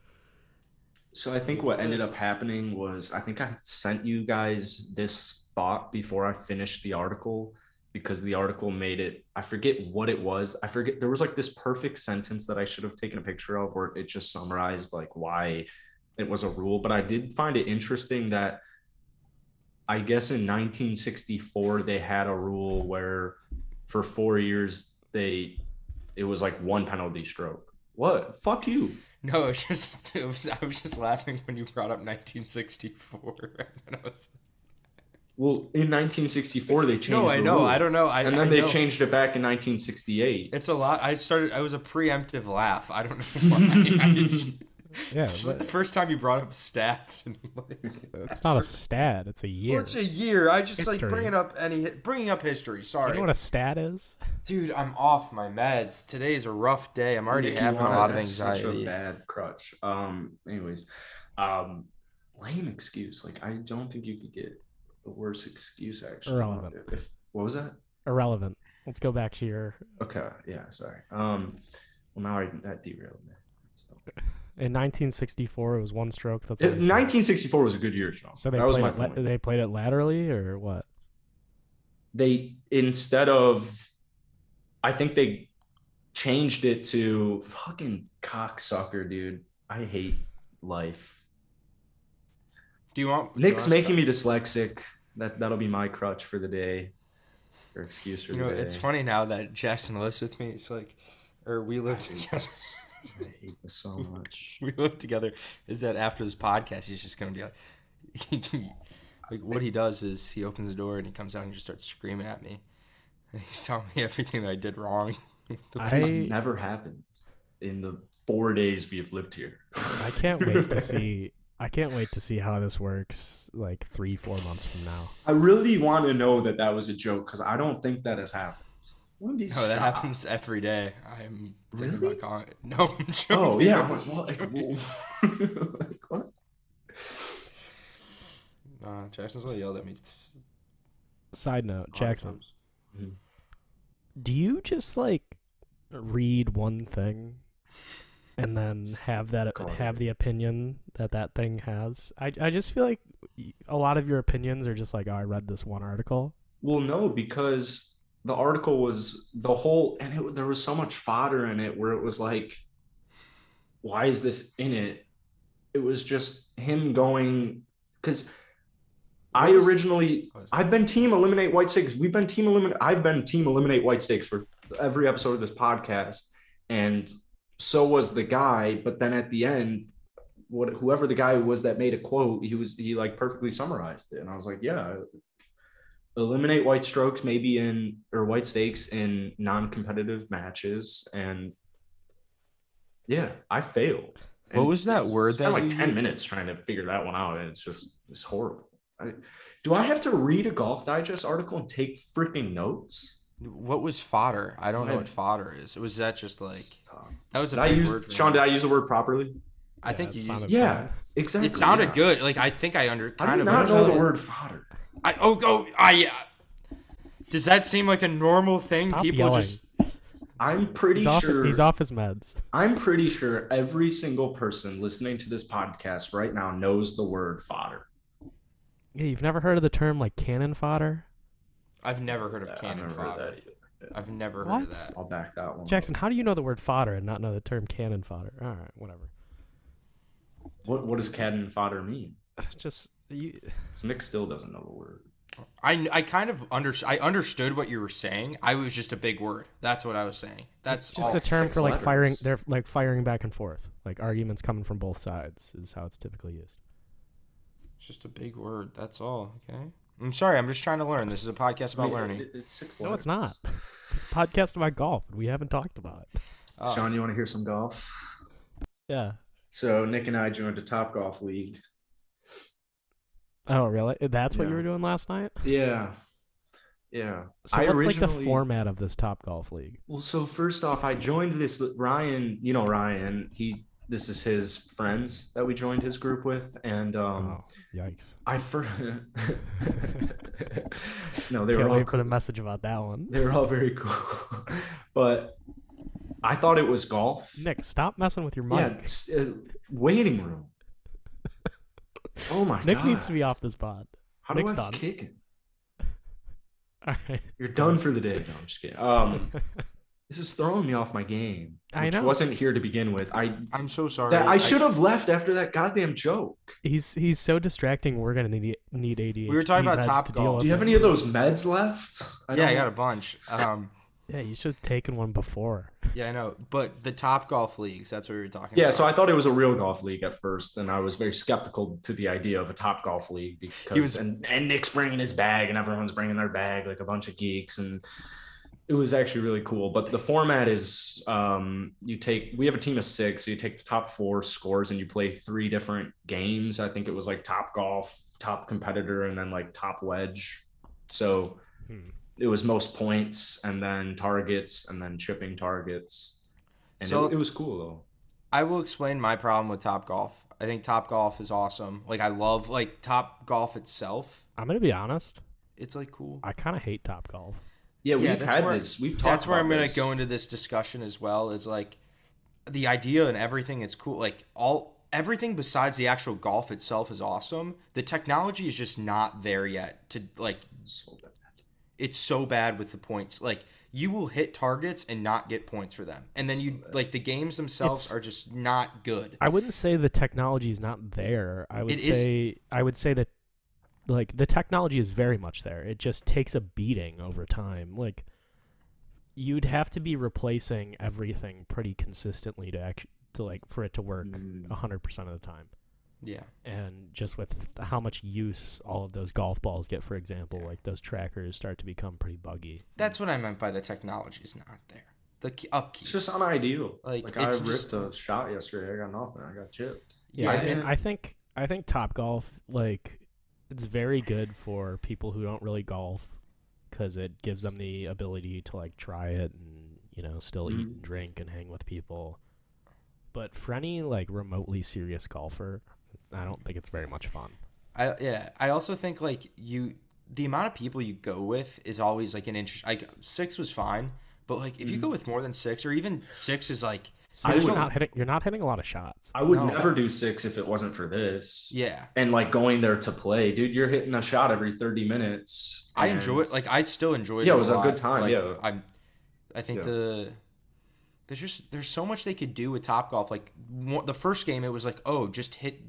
Speaker 1: So I think what ended up happening was I think I sent you guys this thought before I finished the article because the article made it I forget what it was. I forget there was like this perfect sentence that I should have taken a picture of where it just summarized like why it was a rule, but I did find it interesting that I guess in 1964 they had a rule where for 4 years they it was like one penalty stroke. What? Fuck you.
Speaker 3: no, it's just it was, I was just laughing when you brought up 1964, and I was
Speaker 1: Well, in 1964 they changed.
Speaker 3: no, I
Speaker 1: the
Speaker 3: know,
Speaker 1: rule.
Speaker 3: I don't know, I
Speaker 1: and then
Speaker 3: I
Speaker 1: they
Speaker 3: know.
Speaker 1: changed it back in 1968.
Speaker 3: It's a lot. I started. I was a preemptive laugh. I don't know why. I just-
Speaker 2: Yeah,
Speaker 3: This is
Speaker 2: but
Speaker 3: the first time you brought up stats. And like,
Speaker 2: it's not a stat; it's a year.
Speaker 3: Well, it's a year. I just like
Speaker 2: History.
Speaker 3: bringing up any bringing up history.
Speaker 2: Do you
Speaker 3: Sorry,
Speaker 2: know what a stat is?
Speaker 3: dude. I'm off my meds. Today's a rough day. I'm already
Speaker 1: Nicky
Speaker 3: having a
Speaker 1: Lauda,
Speaker 3: lot of
Speaker 1: that's Such a
Speaker 3: anxiety.
Speaker 1: bad crutch. Um. Anyways, um, lame excuse. Like I don't think you could get a worse excuse actually.
Speaker 2: Irrelevant.
Speaker 1: If what was that?
Speaker 2: Irrelevant. Let's go back to your
Speaker 1: Okay. Yeah. Sorry. Um. Well, now I, that derailed me. So.
Speaker 2: in 1964. It was one stroke. That's all
Speaker 1: It-
Speaker 2: they said.
Speaker 1: 1964 was a good year, Sean.
Speaker 2: So they
Speaker 1: that was my
Speaker 2: played it.
Speaker 1: point.
Speaker 2: la- they played it laterally or what?
Speaker 1: they instead of I think they changed it to fucking cocksucker, dude. I hate life.
Speaker 3: Do you want? do you
Speaker 1: Nick's
Speaker 3: want to
Speaker 1: making me dyslexic. That that'll be my crutch for the day. Or excuse for
Speaker 3: You
Speaker 1: the
Speaker 3: know,
Speaker 1: day.
Speaker 3: it's funny now that Jackson lives with me. It's like, or we live together.
Speaker 1: I hate this so much.
Speaker 3: we live together. Is that after this podcast, he's just gonna be like, like what he does is he opens the door and he comes out and just starts screaming at me. And he's telling me everything that I did wrong.
Speaker 1: This
Speaker 2: I
Speaker 1: never happened in the four days we have lived here.
Speaker 2: I can't wait to see. I can't wait to see how this works. Like three, four months from now.
Speaker 1: I really want to know that that was a joke because I don't think that has happened. Wouldn't be
Speaker 3: No, that
Speaker 1: shocked.
Speaker 3: happens every day. I'm thinking
Speaker 1: Really?
Speaker 3: about calling. No, I'm joking.
Speaker 1: Oh yeah. I'm
Speaker 3: I'm
Speaker 1: like, what?
Speaker 3: just joking.
Speaker 1: Like, what?
Speaker 3: Uh, Jackson's gonna yell at me. It's-
Speaker 2: Side note, Jackson,
Speaker 1: Mhm.
Speaker 2: do you just like read one thing and then have that
Speaker 1: Call it
Speaker 2: have the opinion that that thing has? I I just feel like y- a lot of your opinions are just like, oh, I read this one article.
Speaker 1: Well, no, because the article was the whole, and it, there was so much fodder in it where it was like, why is this in it? It was just him going, because I
Speaker 3: What was-
Speaker 1: originally,
Speaker 3: what was-
Speaker 1: I've been team eliminate white stakes. We've been team eliminate, I've been team eliminate white stakes for every episode of this podcast. And so was the guy. But then at the end, what whoever the guy was that made a quote, he was he like perfectly summarized it, and I was like, yeah, eliminate white strokes maybe in or white stakes in non-competitive matches, and yeah, I failed.
Speaker 3: What
Speaker 1: And
Speaker 3: was that
Speaker 1: it's-
Speaker 3: word
Speaker 1: it's kinda
Speaker 3: that
Speaker 1: like
Speaker 3: you
Speaker 1: ten
Speaker 3: used?
Speaker 1: minutes trying to figure that one out, and it's just it's horrible. I, do I have to read a Golf Digest article and take freaking notes?
Speaker 3: What was fodder? I don't know
Speaker 1: Right.
Speaker 3: what fodder is. Was that just like
Speaker 1: It's tough.
Speaker 3: that was a
Speaker 1: Did I
Speaker 3: big
Speaker 1: use
Speaker 3: word for
Speaker 1: Sean?
Speaker 3: me.
Speaker 1: Did I use the word properly?
Speaker 3: I
Speaker 2: Yeah,
Speaker 3: think
Speaker 2: it
Speaker 3: you used.
Speaker 2: sounded
Speaker 1: Yeah,
Speaker 2: fine.
Speaker 1: exactly.
Speaker 3: It sounded
Speaker 1: yeah.
Speaker 3: good. Like I think I under
Speaker 1: How do
Speaker 3: kind
Speaker 1: you
Speaker 3: of
Speaker 1: not know the
Speaker 3: understood.
Speaker 1: word fodder?
Speaker 3: I oh go I. uh, Does that seem like a normal thing?
Speaker 2: Stop
Speaker 3: People
Speaker 2: yelling.
Speaker 3: just
Speaker 1: I'm pretty
Speaker 2: He's off,
Speaker 1: sure.
Speaker 2: he's off his meds.
Speaker 1: I'm pretty sure every single person listening to this podcast right now knows the word fodder.
Speaker 2: Yeah, you've never heard of the term like cannon fodder?
Speaker 3: I've never heard
Speaker 1: I
Speaker 3: of cannon
Speaker 1: never heard that
Speaker 3: fodder.
Speaker 1: either.
Speaker 3: I've never heard
Speaker 2: What?
Speaker 3: of that.
Speaker 1: I'll back that one. up.
Speaker 2: Jackson, how do you know the word fodder and not know the term cannon fodder? All right, whatever.
Speaker 1: what what does cannon fodder mean?
Speaker 2: Just you,
Speaker 1: Nick still doesn't know the word.
Speaker 3: I, I kind of under I understood what you were saying. I was just a big word. That's what I was saying. That's
Speaker 2: just
Speaker 3: all.
Speaker 2: a term
Speaker 1: six
Speaker 2: for like firing.
Speaker 1: letters.
Speaker 2: They're like firing back and forth, like arguments coming from both sides is how it's typically used.
Speaker 3: It's just a big word. That's all. Okay. I'm sorry. I'm just trying to learn. This is a podcast about
Speaker 1: I mean,
Speaker 3: learning.
Speaker 1: it- it's six
Speaker 2: No, it's
Speaker 1: letters.
Speaker 2: not. It's a podcast about golf, and we haven't talked about it.
Speaker 3: Oh.
Speaker 1: Sean, you want to hear some golf?
Speaker 2: Yeah.
Speaker 1: So Nick and I joined a Top Golf League.
Speaker 2: Oh, really? That's what you
Speaker 1: Yeah.
Speaker 2: were doing last night.
Speaker 1: Yeah. Yeah.
Speaker 2: So
Speaker 1: I
Speaker 2: what's like the
Speaker 1: originally-
Speaker 2: format of this Top Golf League?
Speaker 1: Well, so first off, I joined this Ryan. You know Ryan. He this is his friends that we joined his group with, and um,
Speaker 2: oh, yikes!
Speaker 1: I first. no, they
Speaker 2: Can't
Speaker 1: were all
Speaker 2: wait for the message about that one.
Speaker 1: they were all very cool, but I thought it was golf.
Speaker 2: Nick, stop messing with your mic.
Speaker 1: yeah, s- uh, waiting room. Oh my
Speaker 2: Nick
Speaker 1: god!
Speaker 2: needs to be off this pod.
Speaker 1: How
Speaker 2: Nick's
Speaker 1: do I
Speaker 2: done.
Speaker 1: kick it?
Speaker 2: All right.
Speaker 1: You're done for the day. No, I'm just kidding. Um, this is throwing me off my game, which
Speaker 2: I know.
Speaker 1: wasn't here to begin with. I
Speaker 3: I'm so sorry.
Speaker 1: that I should have left after that goddamn joke.
Speaker 2: He's he's so distracting. We're gonna need need ADHD.
Speaker 3: were talking about
Speaker 2: meds
Speaker 3: Top
Speaker 2: to deal
Speaker 3: Golf.
Speaker 2: with
Speaker 1: Do you have
Speaker 2: it.
Speaker 1: any of those meds left?
Speaker 3: yeah, I
Speaker 1: don't-
Speaker 3: got a bunch. Um,
Speaker 2: Yeah, you should have taken one before.
Speaker 3: yeah, I know. But the top golf leagues. That's what we were talking.
Speaker 1: Yeah,
Speaker 3: about.
Speaker 1: so I thought it was a real golf league at first, and I was very skeptical to the idea of a top golf league because
Speaker 3: He was-
Speaker 1: and, and Nick's bringing his bag, and everyone's bringing their bag like a bunch of geeks, and it was actually really cool. But the format is um, you take we have a team of six, so you take the top four scores, and you play three different games. I think it was like top golf, top competitor, and then like top wedge. So
Speaker 2: Hmm.
Speaker 1: it was most points, and then targets, and then chipping targets, and
Speaker 3: So-
Speaker 1: it, it was cool though.
Speaker 3: I will explain my problem with Top Golf. I think Top Golf is awesome. Like I love like Top Golf itself.
Speaker 2: I'm gonna be honest.
Speaker 3: It's like cool.
Speaker 2: I kind of hate Top Golf.
Speaker 1: Yeah, we've
Speaker 3: that's
Speaker 1: had
Speaker 3: where-
Speaker 1: this. We've talked.
Speaker 3: That's where I'm
Speaker 1: about
Speaker 3: gonna
Speaker 1: this.
Speaker 3: go into this discussion as well. Is like the idea and everything is cool. Like all everything besides the actual golf itself is awesome. The technology is just not there yet. To like,
Speaker 1: So bad.
Speaker 3: it's so bad with the points. Like you will hit targets and not get points for them, and then you like the games themselves
Speaker 2: It's-
Speaker 3: are just not good.
Speaker 2: I wouldn't say the technology is not there. I would
Speaker 3: It is-
Speaker 2: say I would say that like the technology is very much there. It just takes a beating over time. Like you'd have to be replacing everything pretty consistently to actually to like for it to work
Speaker 1: Mm.
Speaker 2: 100% of the time.
Speaker 3: Yeah,
Speaker 2: And just with how much use all of those golf balls get, for example, like those trackers start to become pretty buggy.
Speaker 3: that's what I meant by the technology is not there. The k- upkeep.
Speaker 1: It's just unideal.
Speaker 3: Like,
Speaker 1: Like,
Speaker 3: it's
Speaker 1: I ripped
Speaker 3: just-
Speaker 1: a shot yesterday. I got nothing. I got chipped.
Speaker 2: Yeah, I mean,
Speaker 3: and-
Speaker 2: I think I think Top Golf like it's very good for people who don't really golf because it gives them the ability to like try it and you know still eat
Speaker 1: Mhm.
Speaker 2: and drink and hang with people. But for any like remotely serious golfer, I don't think it's very much fun.
Speaker 3: I yeah. I also think like you, the amount of people you go with is always like an interest. Like six was fine, but like if you go with more than six or even six is like
Speaker 1: Mm. I
Speaker 2: So you're
Speaker 1: would-
Speaker 2: not hitting you're not hitting a lot of shots.
Speaker 1: I would
Speaker 3: No.
Speaker 1: never do six if it wasn't for this.
Speaker 3: yeah.
Speaker 1: And like going there to play, dude. You're hitting a shot every 30 minutes.
Speaker 3: I
Speaker 1: and-
Speaker 3: enjoy it. Like I still enjoy it.
Speaker 1: Yeah, it was a
Speaker 3: lot.
Speaker 1: good time,
Speaker 3: Like,
Speaker 1: yeah.
Speaker 3: I'm. I think
Speaker 1: Yeah.
Speaker 3: the. There's just there's so much they could do with Top Golf. Like one, the first game, it was like oh, just hit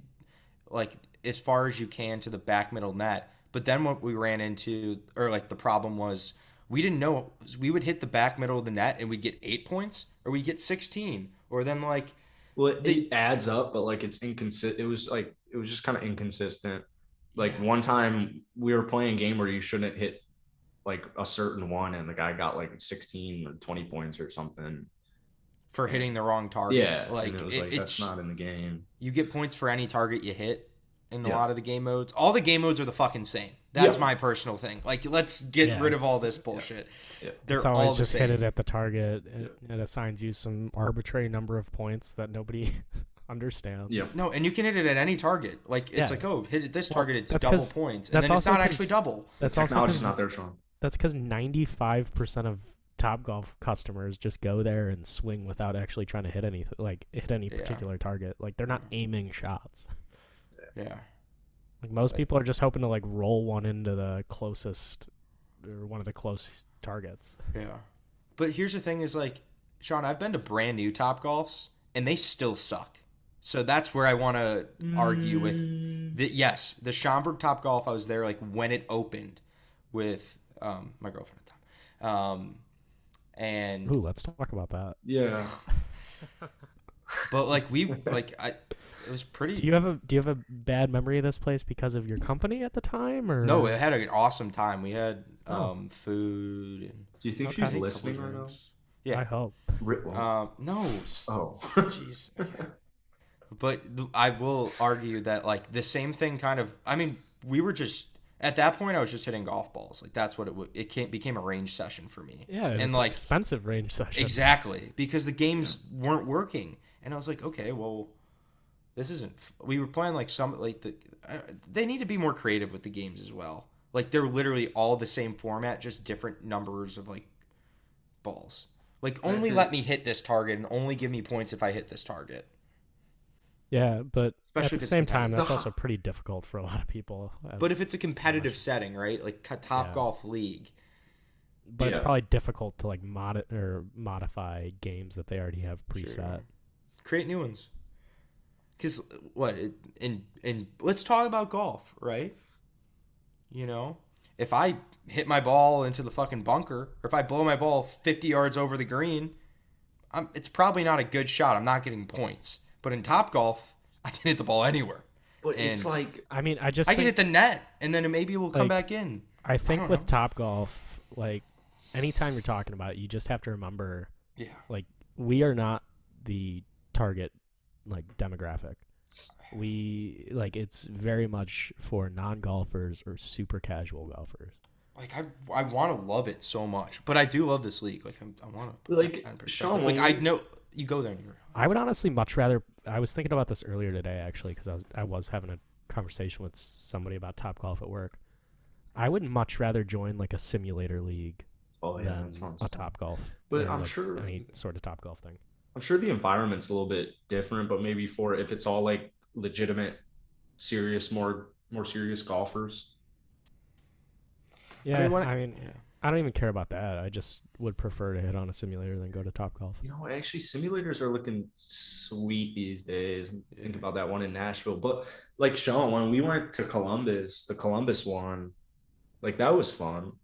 Speaker 3: like as far as you can to the back middle net. But then what we ran into, or like the problem was, we didn't know we would hit the back middle of the net and we'd get eight points, or we'd get sixteen, or then like
Speaker 1: Well, it, it adds up, but like it's inconsistent. It was like it was just kind of inconsistent. Like one time we were playing a game where you shouldn't hit like a certain one, and the guy got like 16 or 20 points or something.
Speaker 3: for hitting the wrong target.
Speaker 1: Yeah,
Speaker 3: like,
Speaker 1: and it was
Speaker 3: it-
Speaker 1: like
Speaker 3: it's
Speaker 1: that's not in the game.
Speaker 3: you get points for any target you hit in a
Speaker 1: Yeah.
Speaker 3: lot of the game modes. All the game modes are the fucking same. That's
Speaker 1: Yeah.
Speaker 3: my personal thing. Like, let's get
Speaker 2: Yeah,
Speaker 3: rid of all
Speaker 2: it's-
Speaker 3: this bullshit.
Speaker 1: Yeah.
Speaker 3: They're
Speaker 2: it's
Speaker 3: all
Speaker 2: always
Speaker 3: the
Speaker 2: just
Speaker 3: same.
Speaker 2: hit it at the target. and it assigns you some arbitrary number of points that nobody understands.
Speaker 1: Yeah.
Speaker 3: No, and you can hit it at any target. Like it's
Speaker 2: Yeah.
Speaker 3: like, oh, hit it this target, it's
Speaker 2: that's
Speaker 3: double
Speaker 2: 'cause-
Speaker 3: points, and
Speaker 2: that's
Speaker 3: then it's
Speaker 2: also
Speaker 3: not
Speaker 2: 'cause-
Speaker 3: actually double.
Speaker 2: That's also
Speaker 1: Technology's
Speaker 2: 'cause-
Speaker 1: not there, Sean.
Speaker 2: that's because ninety five percent of Top Golf customers just go there and swing without actually trying to hit any like hit any
Speaker 3: Yeah. Mm-hmm.
Speaker 2: particular target. Like they're not aiming shots.
Speaker 3: Yeah,
Speaker 2: Like most
Speaker 3: Like-
Speaker 2: people are just hoping to like roll one into the closest or one of the close targets.
Speaker 3: yeah. But here's the thing: is like, Sean, I've been to brand new Top Golfs, and they still suck. So that's where I want to argue
Speaker 1: Mm.
Speaker 3: with. The, yes, the Schaumburg Top Golf. I was there like when it opened, with um, my girlfriend at the time, um, and
Speaker 2: Ooh, let's talk about that.
Speaker 1: Yeah.
Speaker 3: but like we like I, it was pretty.
Speaker 2: Do you have a do you have a bad memory of this place because of your company at the time or
Speaker 3: no, it had an awesome time. We had
Speaker 2: Oh.
Speaker 3: um, food and
Speaker 1: Do you think
Speaker 2: Okay.
Speaker 1: she's
Speaker 2: Couple
Speaker 1: listening right now?
Speaker 3: yeah.
Speaker 2: I hope.
Speaker 1: Ri- well,
Speaker 3: Um, no. s-
Speaker 1: Oh.
Speaker 3: Jeez. okay. but th- I will argue that like the same thing kind of. I mean, we were just at that point. I was just hitting golf balls. Like that's what it wa- it came, became a range session for me.
Speaker 2: Yeah,
Speaker 3: and
Speaker 2: it's an
Speaker 3: like
Speaker 2: expensive range session.
Speaker 3: exactly because the games weren't working, and I was like, okay, well, this isn't. f- We were playing like some like the. I they need to be more creative with the games as well. Like they're literally all the same format, just different numbers of like balls. Like only
Speaker 1: did-
Speaker 3: let me hit this target and only give me points if I hit this target.
Speaker 2: yeah, but
Speaker 3: Especially
Speaker 2: at
Speaker 3: if
Speaker 2: the
Speaker 3: it's
Speaker 2: same time, that's
Speaker 3: competitive.
Speaker 2: also
Speaker 3: The-
Speaker 2: pretty difficult for a lot of people. as-
Speaker 3: But if it's a competitive setting, right? Like ca- top
Speaker 2: Yeah.
Speaker 3: golf league.
Speaker 2: but it's
Speaker 1: Yeah.
Speaker 2: probably difficult to like mod or modify games that they already have preset.
Speaker 3: create new ones. Cause what it- in in let's talk about golf, right? You know, if I hit my ball into the fucking bunker, or if I blow my ball fifty yards over the green, I'm, it's probably not a good shot. I'm not getting points. But in top golf, I can hit the ball anywhere.
Speaker 1: but it's
Speaker 3: and-
Speaker 1: like
Speaker 2: I mean, I just
Speaker 3: I can
Speaker 2: think,
Speaker 3: hit the net, and then maybe it will come
Speaker 2: Like-
Speaker 3: back in.
Speaker 2: I think
Speaker 3: don't
Speaker 2: with
Speaker 3: know.
Speaker 2: Top Golf, like anytime you're talking about it, you just have to remember
Speaker 3: Yeah,
Speaker 2: like we are not the target like demographic we like it's very much for non-golfers or super casual golfers
Speaker 3: like I I want to love it so much, but I do love this league. Like I'm, I want to
Speaker 1: Like, Sean,
Speaker 3: like
Speaker 1: when
Speaker 3: I
Speaker 1: we-
Speaker 3: know you go there and you're
Speaker 2: i would honestly much rather i was thinking about this earlier today actually because I was, I was having a conversation with s- somebody about top golf at work i would much rather join like a simulator league
Speaker 1: oh yeah,
Speaker 2: than
Speaker 1: that sounds
Speaker 2: a top golf
Speaker 1: But
Speaker 2: or,
Speaker 1: I'm
Speaker 2: like,
Speaker 1: sure-
Speaker 2: any sort of top golf thing
Speaker 1: I'm sure the environment's a little bit different, but maybe for if it's all like legitimate, serious, more more serious golfers.
Speaker 2: yeah i
Speaker 3: mean,
Speaker 2: mean,
Speaker 3: when
Speaker 2: I,
Speaker 3: I-
Speaker 2: mean I don't even care about that i just would prefer to hit on a simulator than go to top golf
Speaker 1: You know, actually, simulators are looking sweet these days. Think
Speaker 3: Yeah.
Speaker 1: about that one in Nashville, but like Sean, when we went to Columbus, the Columbus one, like that was fun.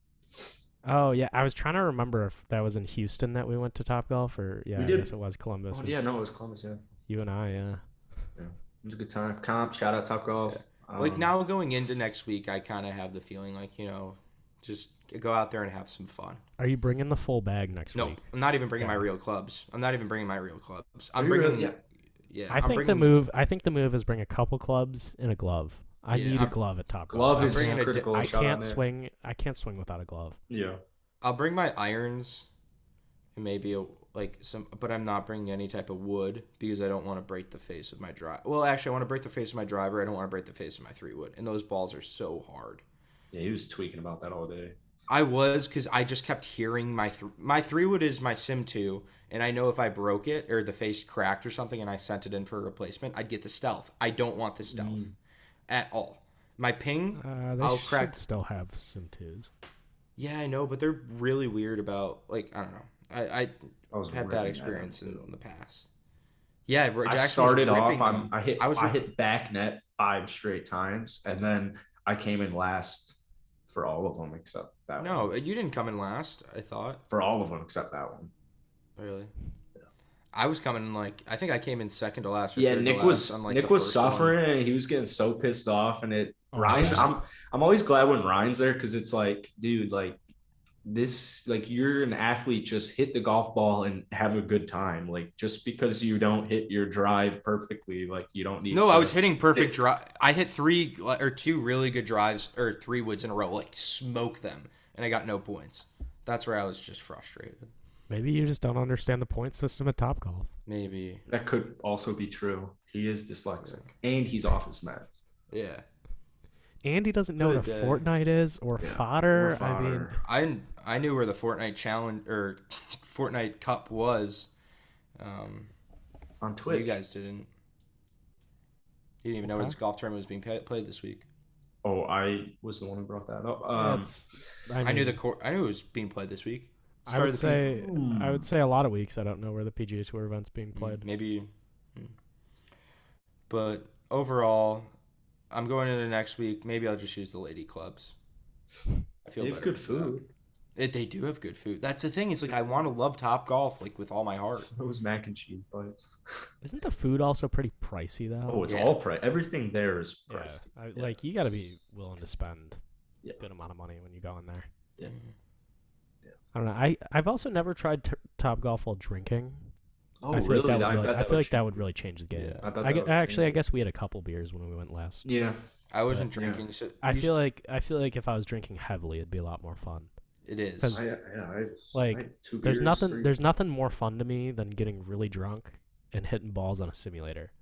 Speaker 2: Oh yeah, I was trying to remember if that was in Houston that we went to Top Golf or yeah,
Speaker 1: We
Speaker 2: I
Speaker 1: did.
Speaker 2: guess it was Columbus.
Speaker 1: Oh
Speaker 2: It
Speaker 1: yeah,
Speaker 2: was
Speaker 1: no, it was Columbus. Yeah, it
Speaker 2: You and I, yeah.
Speaker 1: was a good time. Comp, shout out Top Golf.
Speaker 3: Like
Speaker 1: Um,
Speaker 3: now going into next week, I kind of have the feeling like you know, just go out there and have some fun.
Speaker 2: Are you bringing the full bag next
Speaker 3: No,
Speaker 2: week?
Speaker 3: I'm not even bringing my
Speaker 2: Yeah.
Speaker 3: real clubs. I'm not even bringing my real clubs. I'm
Speaker 1: you really-
Speaker 3: bringing
Speaker 1: yeah.
Speaker 3: yeah.
Speaker 2: I
Speaker 3: am
Speaker 2: think
Speaker 3: bringing,
Speaker 2: the move. I think the move is bring a couple clubs and a glove. I
Speaker 3: Yeah,
Speaker 2: need a
Speaker 3: I'm-
Speaker 2: glove at Top Golf.
Speaker 1: glove
Speaker 3: I'm
Speaker 1: is
Speaker 3: bringing a di-
Speaker 1: critical.
Speaker 2: I
Speaker 1: Shout out
Speaker 2: can't
Speaker 1: Nick.
Speaker 2: swing. I can't swing without a glove.
Speaker 1: Yeah,
Speaker 3: I'll bring my irons, and maybe a, like some, but I'm not bringing any type of wood because I don't want to break the face of my drive. Well, actually, I want to break the face of my driver. I don't want to break the face of my three wood, and those balls are so hard.
Speaker 1: yeah, he was tweaking about that all day.
Speaker 3: I was because I just kept hearing my th- my three wood is my sim two, and I know if I broke it or the face cracked or something, and I sent it in for a replacement, I'd get the stealth. I don't want the stealth
Speaker 1: Mm.
Speaker 3: at all. My ping,
Speaker 2: Uh, they
Speaker 3: I'll
Speaker 2: should
Speaker 3: crack.
Speaker 2: still have some twos.
Speaker 3: Yeah, I know, but they're really weird about like I don't know. I,
Speaker 1: I
Speaker 3: I
Speaker 1: was
Speaker 3: had
Speaker 1: ripping
Speaker 3: that
Speaker 1: at
Speaker 3: experience in,
Speaker 1: him, too.
Speaker 3: the past. Yeah, Jackson
Speaker 1: I
Speaker 3: was
Speaker 1: started off.
Speaker 3: ripping
Speaker 1: I'm,
Speaker 3: them.
Speaker 1: I hit.
Speaker 3: I
Speaker 1: I,
Speaker 3: was rip-
Speaker 1: hit back net five straight times, and then I came in last for all of them except that one.
Speaker 3: No, you didn't come in last. I thought
Speaker 1: For all of them except that one.
Speaker 3: really. I was coming like I think I came in second to last.
Speaker 1: yeah,
Speaker 3: third to
Speaker 1: Nick
Speaker 3: last
Speaker 1: was
Speaker 3: on, like,
Speaker 1: Nick
Speaker 3: the
Speaker 1: was
Speaker 3: first one.
Speaker 1: suffering and he was getting so pissed off. And it
Speaker 2: Oh,
Speaker 1: Ryan,
Speaker 2: yeah.
Speaker 1: I'm I'm always glad when Ryan's there because it's like, dude, like this, like you're an athlete, just hit the golf ball and have a good time. Like just because you don't hit your drive perfectly, like you don't need.
Speaker 3: No,
Speaker 1: to-
Speaker 3: I was hitting perfect drive. I hit three like, or two really good drives or three woods in a row, like smoke them, and I got no points. That's where I was just frustrated.
Speaker 2: Maybe you just don't understand the point system at Top Golf.
Speaker 3: Maybe,
Speaker 1: That could also be true. He is dyslexic and he's off his meds.
Speaker 3: yeah.
Speaker 2: Andy doesn't know what
Speaker 3: Good
Speaker 2: a
Speaker 3: day.
Speaker 2: Fortnite is or
Speaker 1: Yeah,
Speaker 2: fodder. I mean,
Speaker 1: Fodder.
Speaker 3: I I knew where the Fortnite challenge or Fortnite Cup was. Um,
Speaker 1: It's on
Speaker 3: but
Speaker 1: Twitch.
Speaker 3: you guys didn't. You didn't even know where this golf tournament was being pa- played this week.
Speaker 1: Oh, I was the one who brought that up. Um,
Speaker 2: that's.
Speaker 3: I,
Speaker 2: I,
Speaker 3: knew
Speaker 2: mean,
Speaker 3: the court. I knew it was being played this week.
Speaker 2: I
Speaker 3: Start
Speaker 2: would
Speaker 3: of the
Speaker 2: say
Speaker 1: season.
Speaker 2: I would say a lot of weeks. I don't know where the PGA Tour event's being
Speaker 3: Mm,
Speaker 2: played.
Speaker 3: Maybe. mm. But overall, I'm going into next week. Maybe I'll just use the lady clubs. I feel
Speaker 1: they have
Speaker 3: better
Speaker 1: good
Speaker 3: about that.
Speaker 1: food.
Speaker 3: It, they do have good food. That's the thing. It's like I want to love Top Golf like with all my heart.
Speaker 1: Those mac and cheese bites.
Speaker 2: Isn't the food also pretty pricey though?
Speaker 1: Oh, it's
Speaker 3: Yeah.
Speaker 1: all price. Everything there is
Speaker 2: yeah.
Speaker 1: pricey.
Speaker 2: I, Like you got to be willing to spend
Speaker 1: Yeah.
Speaker 2: a good amount of money when you go in there.
Speaker 1: Yeah.
Speaker 3: Mm.
Speaker 2: I don't know. I I've also never tried t- Top Golf while drinking.
Speaker 1: Oh,
Speaker 2: I feel
Speaker 1: really?
Speaker 2: like that
Speaker 1: I
Speaker 2: would really,
Speaker 1: bet
Speaker 2: I feel like that
Speaker 1: change-
Speaker 2: would really change the game.
Speaker 3: Yeah.
Speaker 1: I bet
Speaker 2: I,
Speaker 1: that
Speaker 2: gue-
Speaker 1: would
Speaker 2: actually, I
Speaker 1: change
Speaker 2: guess we had a couple beers when we went last.
Speaker 1: it. Yeah.
Speaker 3: I wasn't
Speaker 1: But, yeah.
Speaker 3: drinking, so
Speaker 2: I
Speaker 3: you-
Speaker 2: feel like I feel like if I was drinking heavily, it'd be a lot more fun.
Speaker 3: it is.
Speaker 1: I, uh,
Speaker 2: Because-
Speaker 1: yeah, I,
Speaker 2: Like,
Speaker 1: I had two
Speaker 2: There's
Speaker 1: beers,
Speaker 2: nothing
Speaker 1: three-
Speaker 2: there's nothing more fun to me than getting really drunk and hitting balls on a simulator.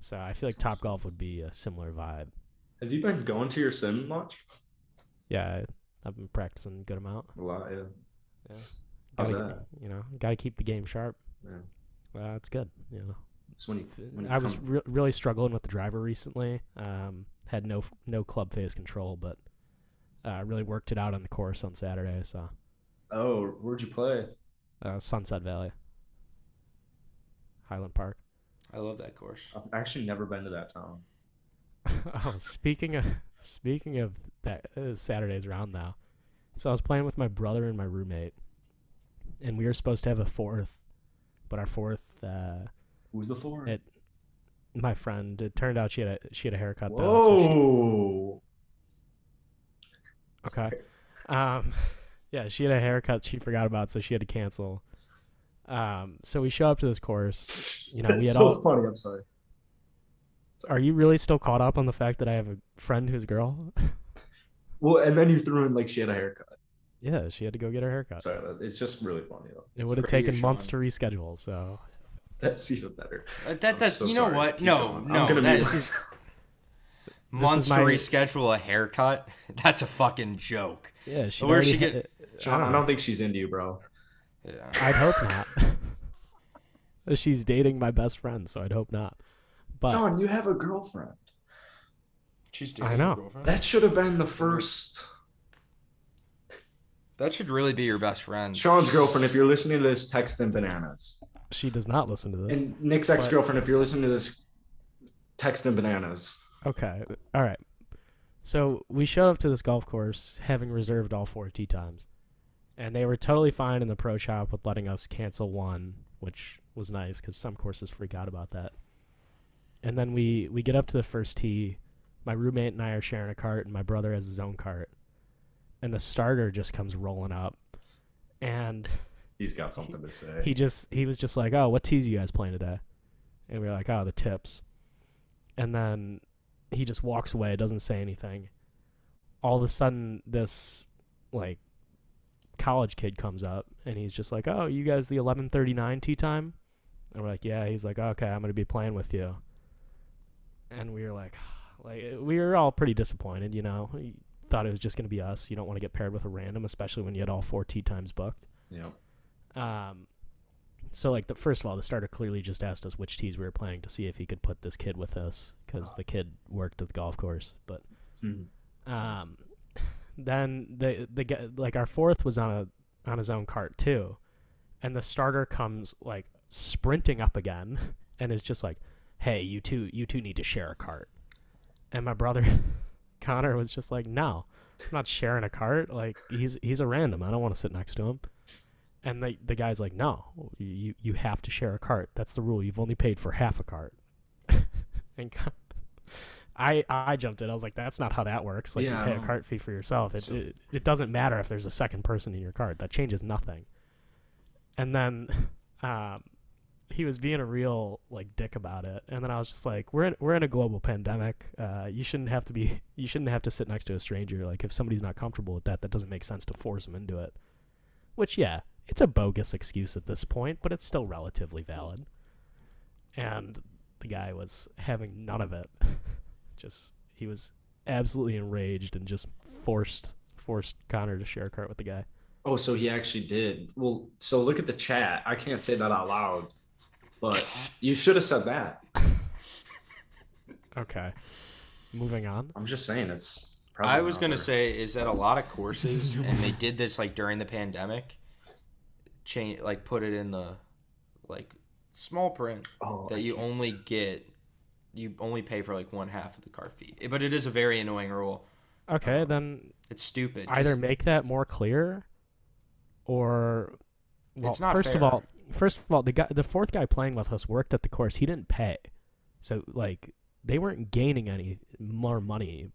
Speaker 2: So I feel like Top Golf would be a similar vibe.
Speaker 1: Have you been going to your sim much?
Speaker 2: Yeah, I- I've been practicing a good amount.
Speaker 1: A lot. Yeah. How's
Speaker 2: Gotta,
Speaker 1: that?
Speaker 2: You know, got to keep the game sharp.
Speaker 1: Yeah.
Speaker 2: Well, it's good. You know,
Speaker 1: It's when you, when you
Speaker 2: I was
Speaker 1: come-
Speaker 2: re- really struggling with the driver recently. Um, had no f- no club phase control, but uh, really worked it out on the course on Saturday. So
Speaker 1: Oh, where'd you play?
Speaker 2: uh, Sunset Valley, Highland Park.
Speaker 3: I love that course.
Speaker 1: I've actually never been to that town.
Speaker 2: oh, speaking of speaking of that uh, Saturday's round though, so I was playing with my brother and my roommate, and we were supposed to have a fourth, but our fourth, uh,
Speaker 1: Who's the four?
Speaker 2: It- my friend, it turned out she had a she had a haircut. Though, so she-
Speaker 1: Whoa.
Speaker 2: Okay. Um, yeah, she had a haircut she forgot about, so she had to cancel. Um, so we show up to this course. You know,
Speaker 1: That's
Speaker 2: we had
Speaker 1: so
Speaker 2: all.
Speaker 1: funny. I'm sorry.
Speaker 2: Are you really still caught up on the fact that I have a friend who's a girl?
Speaker 1: Well, and then you threw in like she had a haircut.
Speaker 2: yeah, she had to go get her haircut.
Speaker 1: Sorry, that- it's just really funny though.
Speaker 2: It would have
Speaker 3: Crazy,
Speaker 2: taken months to
Speaker 3: Sean.
Speaker 2: reschedule. So
Speaker 1: That's even better.
Speaker 3: Uh, That
Speaker 1: I'm
Speaker 3: that's
Speaker 1: so
Speaker 3: you know
Speaker 1: sorry.
Speaker 3: what?
Speaker 1: Keep
Speaker 3: No,
Speaker 1: going.
Speaker 3: no,
Speaker 1: I'm gonna
Speaker 3: that
Speaker 1: mute
Speaker 3: is-
Speaker 1: myself.
Speaker 3: months
Speaker 2: my-
Speaker 3: to reschedule a haircut. That's a fucking joke.
Speaker 2: yeah, she.
Speaker 3: Where'd she
Speaker 2: already had-
Speaker 1: John, I don't think she's into you, bro.
Speaker 3: Yeah.
Speaker 2: I'd hope not. She's dating my best friend, so I'd hope not. But
Speaker 1: John, you have a girlfriend.
Speaker 3: She's
Speaker 2: I
Speaker 3: dating
Speaker 2: know.
Speaker 3: your girlfriend.
Speaker 1: That should have been the first.
Speaker 3: That should really be your best friend.
Speaker 1: Sean's girlfriend, if you're listening to this, text them bananas.
Speaker 2: she does not listen to this.
Speaker 1: And Nick's ex girlfriend, if you're listening to this, text them bananas.
Speaker 2: Okay. All right. So we showed up to this golf course having reserved all four tee times, and they were totally fine in the pro shop with letting us cancel one, which was nice because some courses freak out about that. And then we we get up to the first tee. My roommate and I are sharing a cart, and my brother has his own cart, and the starter just comes rolling up, and
Speaker 1: He's got something to say.
Speaker 2: he just he was just like, "Oh, what tees you guys playing today?" And we were like, "Oh, the tips." And then he just walks away, doesn't say anything. All of a sudden, this like college kid comes up and he's just like, "Oh, you guys the 11:39 tee time?" And we're like, "Yeah." He's like, "Oh, "Okay, I'm gonna be playing with you." And we were like, like uh, we were all pretty disappointed, you know. We thought it was just gonna be us. You don't want to get paired with a random, especially when you had all four tee times booked.
Speaker 1: yeah.
Speaker 2: Um, so like the first of all, the starter clearly just asked us which tees we were playing to see if he could put this kid with us because the kid worked at the golf course. But
Speaker 3: Hmm.
Speaker 1: Mhm.
Speaker 2: um, then the the gu- like our fourth was on a on his own cart too, and the starter comes like sprinting up again and is just like, "Hey, you two, you two need to share a cart." And my brother Connor was just like, "No, I'm not sharing a cart. Like he's he's a random. I don't want to sit next to him." And the the guy's like, no, you you have to share a cart. That's the rule. You've only paid for half a cart. and co- I I jumped in. I was like, that's not how that works. Like
Speaker 1: Yeah, I
Speaker 2: you pay a
Speaker 1: don't-
Speaker 2: cart fee for yourself. It, it it doesn't matter if there's a second person in your cart. That changes nothing. And then. Um, he was being a real like dick about it and then i was just like we're in we're in a global pandemic uh you shouldn't have to be you shouldn't have to sit next to a stranger like if somebody's not comfortable with that that doesn't make sense to force them into it which yeah it's a bogus excuse at this point but it's still relatively valid and the guy was having none of it just he was absolutely enraged and just forced forced connor to share a cart with the guy
Speaker 1: Oh, so he actually did. Well, so look at the chat. I can't say that out loud, but you should have said that.
Speaker 2: okay moving on
Speaker 1: I'm just saying it's. Probably
Speaker 3: I was
Speaker 1: not
Speaker 3: gonna
Speaker 1: there.
Speaker 3: say is that a lot of courses, and they did this like during the pandemic, change like put it in the like small print
Speaker 1: Oh, I
Speaker 3: that you
Speaker 1: can't-
Speaker 3: only get, you only pay for like one half of the cart fee. But it is a very annoying rule.
Speaker 2: okay then
Speaker 3: It's stupid.
Speaker 2: either
Speaker 3: Just-
Speaker 2: make that more clear or well,
Speaker 3: It's not
Speaker 2: first of
Speaker 3: fair.
Speaker 2: all first of all the guy the fourth guy playing with us worked at the course he didn't pay so like they weren't gaining any more money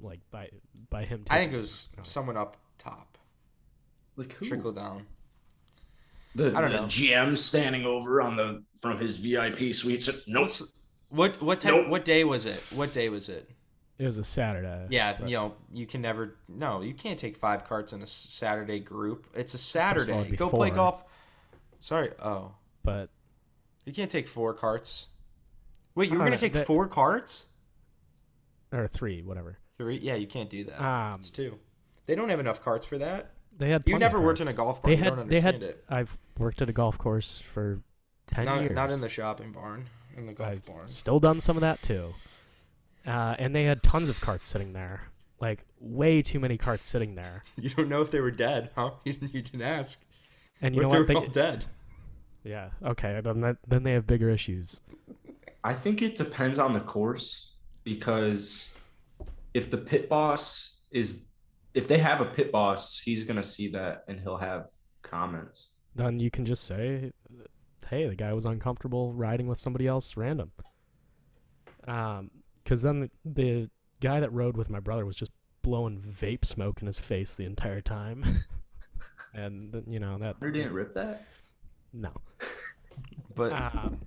Speaker 2: like by by him
Speaker 3: I
Speaker 2: taking-
Speaker 3: think it was someone up top,
Speaker 1: Like who?
Speaker 3: trickle down.
Speaker 1: The,
Speaker 3: I don't
Speaker 1: the
Speaker 3: know.
Speaker 1: GM standing over on the from his VIP suite. said, Nope.
Speaker 3: What what type,
Speaker 1: Nope.
Speaker 3: what day was it? What day was it?
Speaker 2: it was a saturday
Speaker 3: Yeah,
Speaker 2: but
Speaker 3: you know you can never. No, you can't take five carts in a s- Saturday group. It's a
Speaker 2: all, it'd
Speaker 3: Saturday.
Speaker 2: be
Speaker 3: Go play
Speaker 2: four.
Speaker 3: golf. Sorry. Oh.
Speaker 2: but
Speaker 3: You can't take four carts. Wait, you
Speaker 2: I
Speaker 3: were
Speaker 2: don't
Speaker 3: gonna
Speaker 2: know,
Speaker 3: take
Speaker 2: that-
Speaker 3: four carts?
Speaker 2: or three whatever
Speaker 3: Three? Yeah, you can't do that.
Speaker 2: um
Speaker 3: it's two. They don't have enough carts for that.
Speaker 2: they had plenty
Speaker 3: You
Speaker 2: of
Speaker 3: never worked in
Speaker 2: carts.
Speaker 3: a golf cart.
Speaker 2: they
Speaker 3: you
Speaker 2: had
Speaker 3: don't
Speaker 2: they
Speaker 3: understand
Speaker 2: had
Speaker 3: it.
Speaker 2: i've worked at a golf course for 10
Speaker 3: Not,
Speaker 2: years
Speaker 3: not in the shopping barn. In the golf
Speaker 2: I've
Speaker 3: barn.
Speaker 2: still done some of that too. Uh, and they had tons of carts sitting there, like way too many carts sitting there.
Speaker 3: You don't know if they were dead, huh? You didn't, you didn't ask.
Speaker 2: And you
Speaker 3: What
Speaker 2: know what?
Speaker 3: if they were
Speaker 2: They,
Speaker 3: all dead?
Speaker 2: yeah. Okay. Then that, then they have bigger issues.
Speaker 1: I think it depends on the course because if the pit boss is if they have a pit boss, he's gonna see that and he'll have comments.
Speaker 2: Then you can just say, "Hey, the guy was uncomfortable riding with somebody else, random." Um, because then the, the guy that rode with my brother was just blowing vape smoke in his face the entire time, and then, you know that
Speaker 1: Hunter didn't rip that.
Speaker 2: no.
Speaker 3: But
Speaker 2: Um,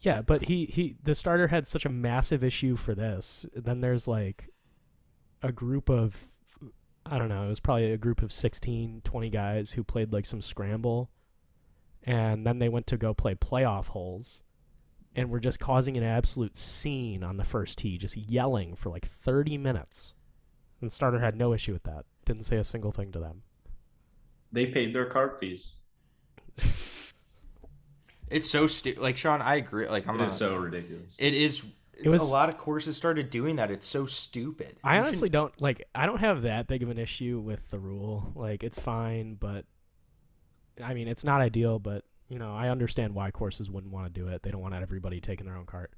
Speaker 2: yeah, but he he the starter had such a massive issue for this. Then there's like a group of I don't know, it was probably a group of 16, 20 guys who played like some scramble and then they went to go play playoff holes and were just causing an absolute scene on the first tee, just yelling for like 30 minutes. And starter had no issue with that. Didn't say a single thing to them.
Speaker 1: They paid their card fees.
Speaker 3: it's so stupid. Like Sean, I agree. Like I'm
Speaker 1: It
Speaker 3: not.
Speaker 1: is so ridiculous.
Speaker 3: it is.
Speaker 2: It was-
Speaker 3: a lot of courses started doing that. It's so stupid.
Speaker 2: I
Speaker 3: You shouldn't-
Speaker 2: honestly don't like. I don't have that big of an issue with the rule. Like, it's fine, but I mean, it's not ideal. But you know, I understand why courses wouldn't want to do it. They don't want everybody taking their own cart.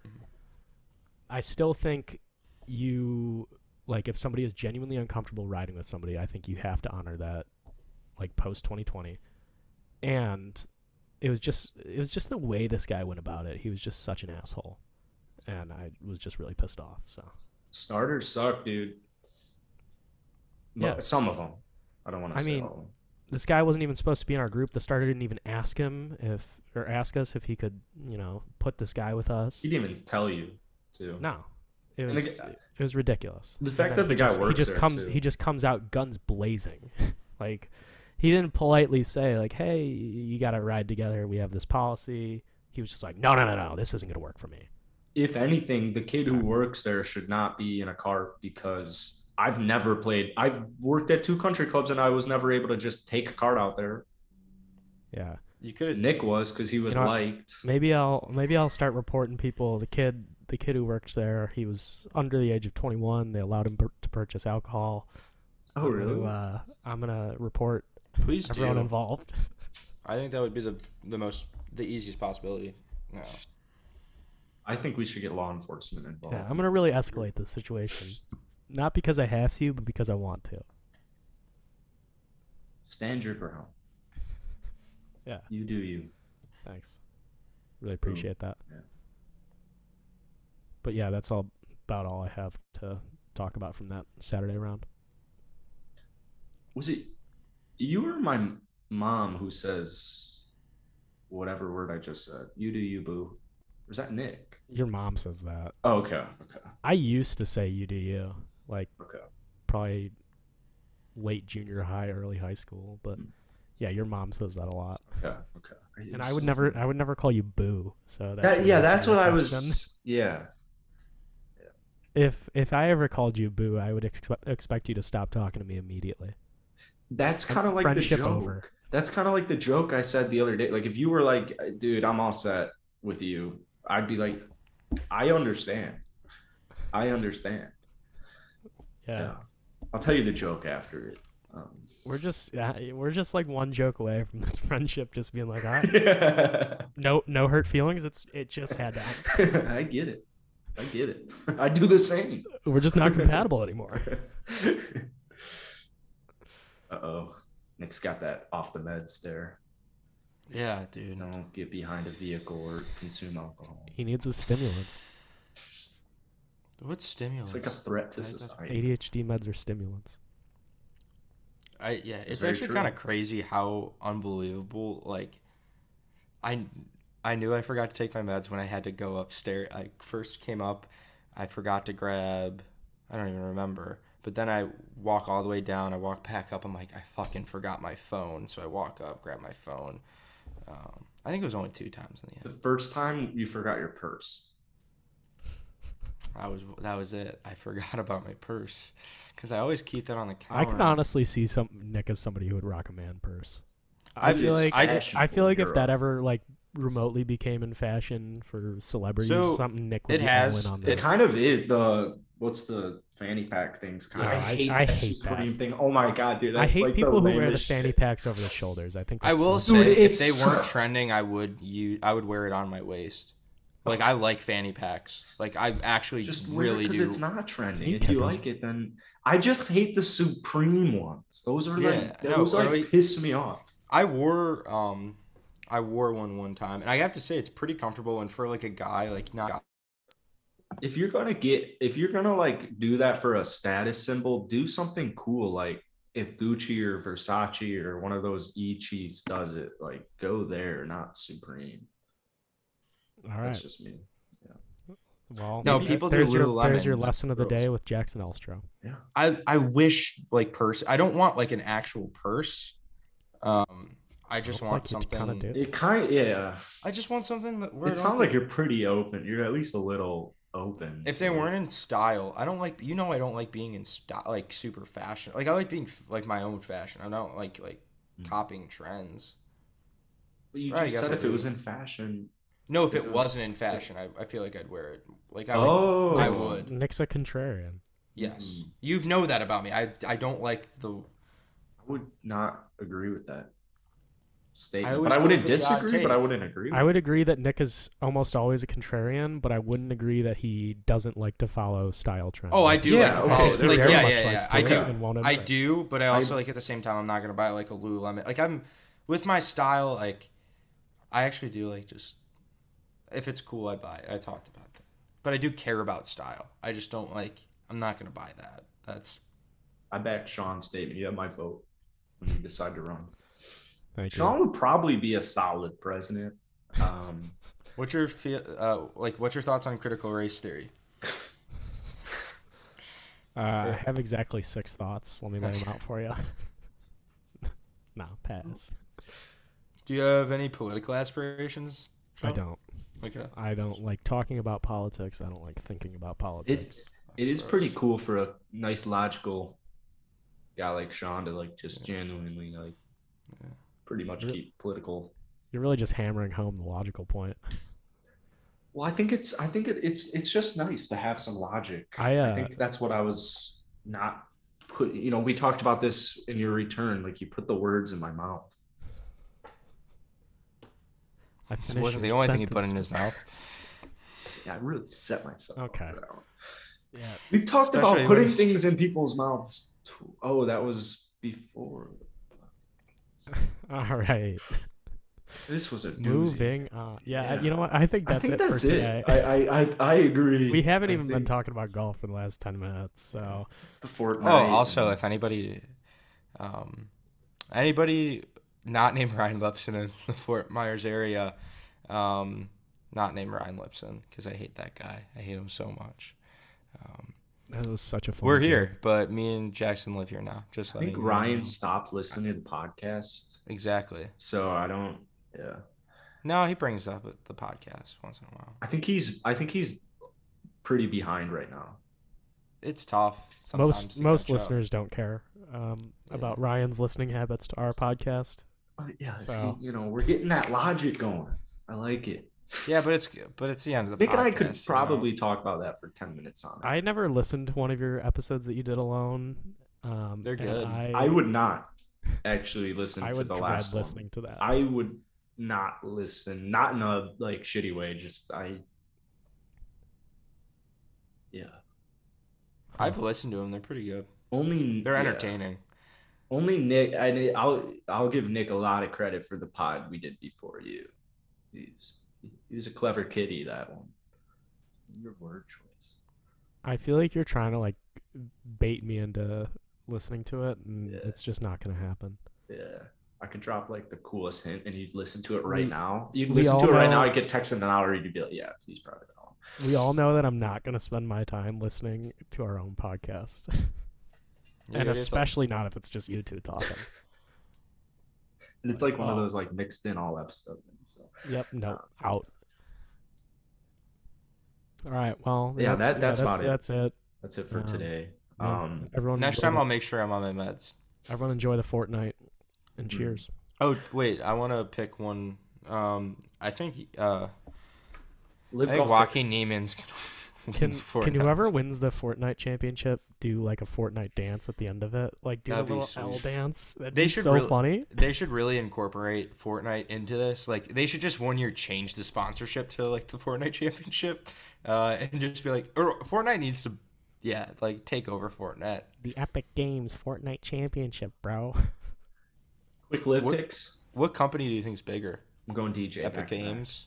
Speaker 2: I still think you like if somebody is genuinely uncomfortable riding with somebody, I think you have to honor that, like post twenty twenty, and it was just it was just the way this guy went about it. He was just such an asshole, and I was just really pissed off. So.
Speaker 1: Starters suck, dude.
Speaker 2: Yeah.
Speaker 1: Yeah. Some of them. I don't want to
Speaker 2: I
Speaker 1: say
Speaker 2: mean-
Speaker 1: all of them.
Speaker 2: this guy wasn't even supposed to be in our group. The starter didn't even ask him if or ask us if he could, you know, put this guy with us.
Speaker 1: He didn't even tell you to.
Speaker 2: No, it
Speaker 1: And the
Speaker 2: was
Speaker 1: g- uh,
Speaker 2: it was ridiculous.
Speaker 1: The
Speaker 2: And
Speaker 1: fact
Speaker 2: then
Speaker 1: that the
Speaker 2: he
Speaker 1: guy
Speaker 2: just, he
Speaker 1: works
Speaker 2: just
Speaker 1: there,
Speaker 2: comes
Speaker 1: too.
Speaker 2: he just comes out guns blazing, like he didn't politely say like, "Hey, you got to ride together. We have this policy." He was just like, "No, no, no, no. This isn't gonna work for me."
Speaker 1: if anything, the kid who works there should not be in a cart because I've never played. I've worked at two country clubs and I was never able to just take a cart out there.
Speaker 2: Yeah,
Speaker 3: You could
Speaker 1: Nick was because he was
Speaker 2: You know what?
Speaker 1: liked.
Speaker 2: maybe I'll maybe I'll start reporting people. The kid the kid who worked there, he was under the age of twenty one. They allowed him pur- to purchase alcohol.
Speaker 1: Oh,
Speaker 2: I'm gonna,
Speaker 1: really?
Speaker 2: uh, I'm gonna report
Speaker 3: have. Please do.
Speaker 2: everyone involved.
Speaker 3: I think that would be the the most the easiest possibility. No.
Speaker 1: I think we should get law enforcement involved.
Speaker 2: Yeah, I'm gonna really escalate this situation, not because I have to, but because I want to.
Speaker 1: Stand your ground.
Speaker 2: Yeah.
Speaker 1: You do you.
Speaker 2: Thanks. Really appreciate that. But yeah, that's all about all I have to talk about from that Saturday round.
Speaker 1: Was it you or my mom who says whatever word I just said? You do you, boo. Or is that Nick?
Speaker 2: Your mom says that.
Speaker 1: Oh, okay. Okay.
Speaker 2: I used to say you do you, like
Speaker 1: Okay.
Speaker 2: probably late junior high, early high school. But
Speaker 1: Hmm.
Speaker 2: yeah, your mom says that a lot,
Speaker 1: Okay. Okay.
Speaker 2: and I would never, I would never call you boo. So that's
Speaker 1: That, yeah, that's what I
Speaker 2: question.
Speaker 1: was. Yeah.
Speaker 2: If if I ever called you boo, I would expect expect you to stop talking to me immediately.
Speaker 1: That's
Speaker 2: Like,
Speaker 1: kind of like
Speaker 2: friendship
Speaker 1: the joke.
Speaker 2: over.
Speaker 1: That's kind of like the joke I said the other day. Like if you were like, dude, I'm all set with you, I'd be like, I understand. I understand.
Speaker 2: Yeah,
Speaker 1: Yeah. I'll tell you the joke after it. Um,
Speaker 2: we're just yeah, we're just like one joke away from this friendship just being like, all right, no no hurt feelings. It's it just had to. happen.
Speaker 1: I get it. I get it. I do the same.
Speaker 2: We're just not compatible anymore.
Speaker 1: Uh oh. Nick's got that off the meds there.
Speaker 3: Yeah, dude.
Speaker 1: Don't get behind a vehicle or consume alcohol.
Speaker 2: He needs his stimulants.
Speaker 3: What stimulus?
Speaker 1: It's like a threat to
Speaker 3: Like that's
Speaker 1: society.
Speaker 2: ADHD meds are stimulants.
Speaker 3: I yeah, it's,
Speaker 1: very
Speaker 3: actually
Speaker 1: true.
Speaker 3: kind of crazy how unbelievable. Like, I I knew I forgot to take my meds when I had to go upstairs. I first came up, I forgot to grab. I don't even remember. But then I walk all the way down. I walk back up. I'm like, I fucking forgot my phone. So I walk up, grab my phone. Um, I think it was only two times in
Speaker 1: The
Speaker 3: the end.
Speaker 1: first time you forgot your purse.
Speaker 3: I was that was it. I forgot about my purse because I always keep that on the counter.
Speaker 2: I can honestly see some Nick as somebody who would rock a man purse. I,
Speaker 3: Dude,
Speaker 2: feel
Speaker 3: it's-
Speaker 2: like
Speaker 3: I-
Speaker 2: I,
Speaker 1: fashionable
Speaker 2: feel like if
Speaker 1: girl.
Speaker 2: that ever like remotely became in fashion for celebrities or
Speaker 3: So,
Speaker 2: something, Nick would
Speaker 3: it
Speaker 2: be
Speaker 3: has-
Speaker 2: all in on
Speaker 1: It
Speaker 2: that.
Speaker 1: kind of is the what's the fanny pack things kind
Speaker 2: Yeah,
Speaker 1: of.
Speaker 2: I- I
Speaker 1: that
Speaker 2: hate that.
Speaker 1: Supreme thing. Oh my god, dude! That's
Speaker 2: I hate
Speaker 1: like the
Speaker 2: people who wear the
Speaker 1: lamest
Speaker 2: fanny
Speaker 1: shit.
Speaker 2: packs over the shoulders. I think
Speaker 3: I
Speaker 2: that's
Speaker 3: will
Speaker 2: so-
Speaker 3: say
Speaker 1: Dude,
Speaker 3: if
Speaker 1: it's-
Speaker 3: they weren't trending, I would you I would wear it on my waist. Like I like fanny packs. Like I actually
Speaker 1: Just
Speaker 3: really
Speaker 1: because
Speaker 3: do.
Speaker 1: it's not trending.
Speaker 2: you
Speaker 1: If you
Speaker 2: cut them?
Speaker 1: like it, then I just hate the Supreme ones. Those are like
Speaker 3: Yeah, no,
Speaker 1: those like
Speaker 3: really-
Speaker 1: piss me off.
Speaker 3: I wore um I wore one one time, and I have to say it's pretty comfortable. And for like a guy, like not
Speaker 1: If you're gonna get, if you're gonna like do that for a status symbol, do something cool. Like if Gucci or Versace or one of those E cheats does it, like go there, not Supreme.
Speaker 2: All
Speaker 1: That's
Speaker 2: right.
Speaker 1: just me.
Speaker 2: Well,
Speaker 3: No,
Speaker 2: maybe-
Speaker 3: people do
Speaker 2: there's your, There's
Speaker 3: Lululemon
Speaker 2: your lesson of the
Speaker 3: girls.
Speaker 2: day with Jackson Elstro.
Speaker 3: I I wish like purse. I don't want like an actual purse. Um, I just
Speaker 2: Sounds
Speaker 3: want
Speaker 2: like you kinda
Speaker 3: something.
Speaker 2: do.
Speaker 1: It kind, yeah.
Speaker 3: I just want something that. where I
Speaker 1: It
Speaker 3: don't
Speaker 1: sounds
Speaker 3: think-
Speaker 1: like you're pretty open. You're at least a little open.
Speaker 3: If they
Speaker 1: to it.
Speaker 3: weren't in style, I don't like. You know, I don't like being in style, like super fashion. Like I like being f- like my own fashion. I don't like like
Speaker 1: Mm.
Speaker 3: copying trends.
Speaker 1: But you
Speaker 3: Right, I
Speaker 1: just
Speaker 3: guess
Speaker 1: said
Speaker 3: I
Speaker 1: if it
Speaker 3: do.
Speaker 1: was in fashion.
Speaker 3: No, if
Speaker 1: If
Speaker 3: it
Speaker 1: it-
Speaker 3: wasn't in fashion, I, I feel like I'd wear it. Like I would,
Speaker 1: Oh.
Speaker 3: I
Speaker 1: Nice.
Speaker 3: would.
Speaker 2: Nick's a contrarian.
Speaker 3: Yes,
Speaker 1: Mm.
Speaker 3: you know that about me. I I don't like the.
Speaker 1: I would not agree with that statement.
Speaker 3: I always
Speaker 1: but I
Speaker 3: go
Speaker 1: wouldn't
Speaker 3: for the odd
Speaker 1: disagree, but I
Speaker 3: take.
Speaker 1: wouldn't agree. With
Speaker 2: I would agree that Nick is almost always a contrarian, but I wouldn't agree that he doesn't like to follow style trends.
Speaker 3: Oh, I do
Speaker 1: Yeah,
Speaker 3: like the
Speaker 1: okay,
Speaker 3: follow.
Speaker 1: there
Speaker 3: Like,
Speaker 1: we
Speaker 3: yeah,
Speaker 1: go.
Speaker 3: yeah,
Speaker 2: Much
Speaker 3: yeah.
Speaker 2: likes
Speaker 3: I
Speaker 2: to
Speaker 3: do.
Speaker 2: it and won't
Speaker 3: I
Speaker 2: embrace.
Speaker 3: do, but I also like at the same time, I'm not gonna buy like a Lululemon. Like I'm with my style. Like I actually do like just if it's cool, I buy it. I talked about that, but I do care about style. I just don't like. I'm not gonna buy that. That's
Speaker 1: I back Sean's statement. You have my vote when you decide to run.
Speaker 2: Thank you.
Speaker 1: Sean would probably be a solid president. Um,
Speaker 3: what's your feel uh, like. What's your thoughts on critical race theory?
Speaker 2: Uh, I have exactly six thoughts. Let me lay them out for you. no, pass.
Speaker 3: Do you have any political aspirations? uh,
Speaker 2: I
Speaker 3: Sean?
Speaker 2: don't.
Speaker 3: Okay.
Speaker 2: I don't like talking about politics. I don't like thinking about politics.
Speaker 1: it it is pretty cool for a nice logical guy like Sean to like just genuinely like
Speaker 3: Yeah.
Speaker 1: pretty much keep political
Speaker 2: You're really just hammering home the logical point.
Speaker 1: Well, I think it's I think it, it's it's just nice to have some logic.
Speaker 2: I, uh,
Speaker 1: think that's what I was not put. You know, we talked about this in your return. Like you put the words in my mouth.
Speaker 2: I
Speaker 3: This
Speaker 2: finished
Speaker 3: wasn't the
Speaker 2: your
Speaker 3: only thing he put in his
Speaker 2: sentences.
Speaker 3: mouth.
Speaker 1: See, I really set myself. up
Speaker 2: Okay.
Speaker 1: for that one.
Speaker 2: Yeah.
Speaker 1: We've talked
Speaker 3: Especially
Speaker 1: about putting
Speaker 3: when-
Speaker 1: things in people's mouths. too. Oh, that was before.
Speaker 2: All right.
Speaker 1: This was a doozy.
Speaker 2: Moving on. Yeah,
Speaker 1: Yeah.
Speaker 2: you know what? I think
Speaker 1: I
Speaker 2: that's
Speaker 1: think
Speaker 2: it
Speaker 1: that's
Speaker 2: for
Speaker 1: it.
Speaker 2: today.
Speaker 1: I, I I I agree.
Speaker 2: we haven't
Speaker 1: I
Speaker 2: even been
Speaker 1: think
Speaker 2: talking about golf for the last ten minutes, so
Speaker 1: It's the Fortnite.
Speaker 3: Oh, also, if anybody, um, anybody not named Ryan Lipson in the Fort Myers area, um, not named Ryan Lipson because I hate that guy. I hate him so much. Um,
Speaker 2: that was such a fun.
Speaker 3: we're
Speaker 2: game.
Speaker 3: here, but me and Jackson live here now. Just
Speaker 1: I
Speaker 3: letting
Speaker 1: think
Speaker 3: you know.
Speaker 1: Ryan stopped listening to the podcast,
Speaker 3: Exactly.
Speaker 1: so I don't. Yeah,
Speaker 3: No, he brings up the podcast once in a while.
Speaker 1: I think he's. I think he's pretty behind right now.
Speaker 3: It's tough.
Speaker 2: Most
Speaker 3: sometimes to
Speaker 2: most
Speaker 3: catch up.
Speaker 2: listeners don't care um, about Ryan's listening habits to our podcast.
Speaker 1: But yeah, see,
Speaker 2: So-
Speaker 1: you know, we're getting that logic going. I like it.
Speaker 3: Yeah, but it's but it's the end of the.
Speaker 1: Nick and I
Speaker 3: podcast,
Speaker 1: could
Speaker 3: you know?
Speaker 1: probably talk about that for ten minutes on it.
Speaker 2: I never listened to one of your episodes that you did alone. Um,
Speaker 3: They're
Speaker 2: and
Speaker 3: good.
Speaker 2: I,
Speaker 1: I would not actually listen
Speaker 2: I
Speaker 1: to
Speaker 2: would
Speaker 1: the
Speaker 2: dread
Speaker 1: last one.
Speaker 2: listening to that.
Speaker 1: I would not listen, not in a like shitty way. Just I, yeah,
Speaker 3: I've listened to them. They're pretty good.
Speaker 1: only
Speaker 3: They're
Speaker 1: yeah.
Speaker 3: entertaining.
Speaker 1: Only Nick, I, I'll I'll give Nick a lot of credit for the pod we did before you. He was, he was a clever kitty that one. Your word choice.
Speaker 2: I feel like you're trying to like bait me into listening to it, and
Speaker 1: Yeah.
Speaker 2: it's just not going to happen.
Speaker 1: Yeah. I could drop like the coolest hint and you'd listen to it right
Speaker 2: We-
Speaker 1: now. You'd
Speaker 2: we
Speaker 1: listen
Speaker 2: all
Speaker 1: to it right
Speaker 2: know-
Speaker 1: now. I could text in an hour. You'd be like, yeah, please, probably that one.
Speaker 2: We all know that I'm not going to spend my time listening to our own podcast,
Speaker 3: Yeah,
Speaker 2: and
Speaker 3: it is
Speaker 2: especially not if it's just you two talking.
Speaker 1: And it's like one of
Speaker 2: Wow.
Speaker 1: those like mixed in all episodes. So
Speaker 2: yep, no, out. All right, well,
Speaker 1: Yeah, that- that's about it.
Speaker 2: That's it.
Speaker 1: that's it for
Speaker 2: Um,
Speaker 1: today.
Speaker 2: Yeah,
Speaker 1: Um,
Speaker 2: everyone,
Speaker 3: Next
Speaker 2: enjoy
Speaker 3: time
Speaker 2: the-
Speaker 3: I'll make sure I'm on my meds.
Speaker 2: everyone enjoy the Fortnite, and
Speaker 1: Mm.
Speaker 2: cheers.
Speaker 3: Oh wait, I want to pick one. Um, I think uh, I
Speaker 1: live
Speaker 3: think
Speaker 1: golf
Speaker 3: Joaquin Neiman's gonna win
Speaker 2: Can
Speaker 3: Fortnite.
Speaker 2: can whoever wins the Fortnite championship do like a Fortnite dance at the end of it? Like do
Speaker 3: That'd
Speaker 2: the
Speaker 3: be
Speaker 2: little
Speaker 3: sweet.
Speaker 2: L dance? That'd
Speaker 3: They
Speaker 2: be
Speaker 3: should
Speaker 2: so
Speaker 3: really-
Speaker 2: funny.
Speaker 3: They should really incorporate Fortnite into this. Like they should just one year change the sponsorship to like the Fortnite championship, uh, and just be like, or Fortnite needs to, yeah, like take over Fortnite.
Speaker 2: The Epic Games Fortnite Championship, bro.
Speaker 1: quick live
Speaker 3: What-
Speaker 1: picks.
Speaker 3: What company do you think's bigger?
Speaker 1: I'm going DJ.
Speaker 3: Epic
Speaker 1: back to back.
Speaker 3: Games.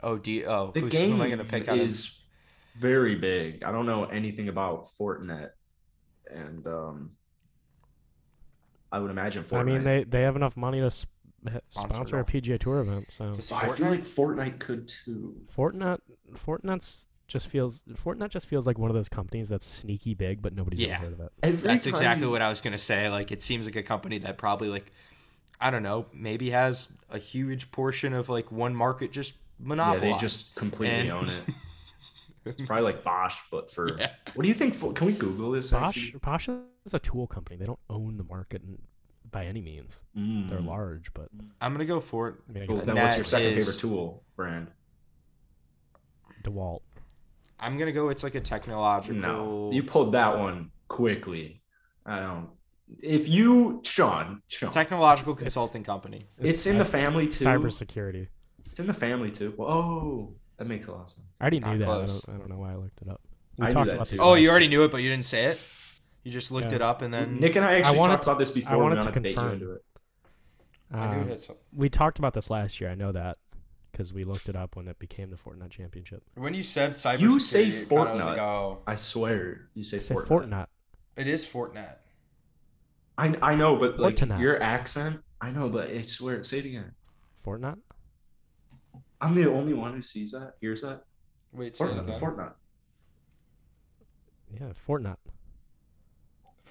Speaker 3: Oh, D. Oh,
Speaker 1: The
Speaker 3: who's,
Speaker 1: game
Speaker 3: who am I gonna pick out? of-
Speaker 1: is very big. I don't know anything about Fortinet, and um, I would imagine Fortnite.
Speaker 2: I mean, they they have enough money to sp- sponsor,
Speaker 3: Sponsor it
Speaker 2: sponsor a
Speaker 3: all.
Speaker 2: PGA Tour event, so
Speaker 3: Does
Speaker 1: Oh, I feel
Speaker 3: Fortnite-
Speaker 1: like Fortnite could too.
Speaker 2: Fortnite Fortnite's just feels Fortnite just feels like one of those companies that's sneaky big, but nobody's ever
Speaker 3: Yeah.
Speaker 2: heard of it.
Speaker 1: Every
Speaker 3: That's
Speaker 1: time
Speaker 3: exactly
Speaker 1: you-
Speaker 3: what I was gonna say. Like, it seems like a company that probably like, I don't know, maybe has a huge portion of like one market just
Speaker 1: Yeah,
Speaker 3: monopolized.
Speaker 1: they just completely
Speaker 3: And-
Speaker 1: own it. It's probably like Bosch, but for
Speaker 3: Yeah.
Speaker 1: what do you think? Fo- Can we Google this?
Speaker 2: Bosch
Speaker 1: actually?
Speaker 2: Bosch is a tool company. They don't own the market in, by any means. They're
Speaker 3: Mm-hmm.
Speaker 1: Mm.
Speaker 2: large, but
Speaker 3: I'm gonna go for it.
Speaker 2: I mean, I
Speaker 1: Cool.
Speaker 2: guess
Speaker 1: Then what's your
Speaker 3: That
Speaker 1: second
Speaker 3: is-
Speaker 1: favorite tool brand?
Speaker 2: DeWalt.
Speaker 3: I'm gonna go. It's like a technological.
Speaker 1: No, you pulled that one quickly. I don't. If you, Sean, Sean,
Speaker 3: technological
Speaker 2: It's- it's-
Speaker 3: consulting company.
Speaker 1: it's, in the family too.
Speaker 2: Cybersecurity.
Speaker 1: It's in the family too. Oh, that makes a lot of sense.
Speaker 2: I already
Speaker 3: Not
Speaker 2: knew that. I
Speaker 3: close.
Speaker 2: don't, I don't know why I looked it up.
Speaker 1: I
Speaker 2: We
Speaker 1: knew
Speaker 2: talked
Speaker 1: that
Speaker 2: about
Speaker 1: too.
Speaker 2: this
Speaker 3: Oh,
Speaker 2: last
Speaker 3: you
Speaker 2: week.
Speaker 3: already knew it, but you didn't say it. You just looked
Speaker 2: Yeah.
Speaker 3: it up and then
Speaker 1: Nick and I actually
Speaker 2: wanted
Speaker 1: talked
Speaker 2: to-
Speaker 1: about this before.
Speaker 2: I wanted
Speaker 1: we
Speaker 2: to
Speaker 1: to
Speaker 2: confirm.
Speaker 1: into it.
Speaker 3: I knew
Speaker 2: Um,
Speaker 3: it had some-
Speaker 2: we talked about this last year. I know that because we looked it up when it became the Fortnite Championship.
Speaker 3: When you said cyber,
Speaker 1: You say
Speaker 3: I was like,
Speaker 1: Fortnite.
Speaker 3: oh,
Speaker 1: I swear, you say
Speaker 2: Say
Speaker 1: Fortnite.
Speaker 2: Fortnite.
Speaker 3: it is Fortnite.
Speaker 1: I I know, but like
Speaker 2: Fortnite.
Speaker 1: your accent, I know, but I swear, say it again.
Speaker 2: Fortnite.
Speaker 1: I'm the only one who sees that, hears that.
Speaker 3: Wait, say it
Speaker 1: Fortnite,
Speaker 3: again.
Speaker 1: Fortnite.
Speaker 2: Yeah, Fortnite.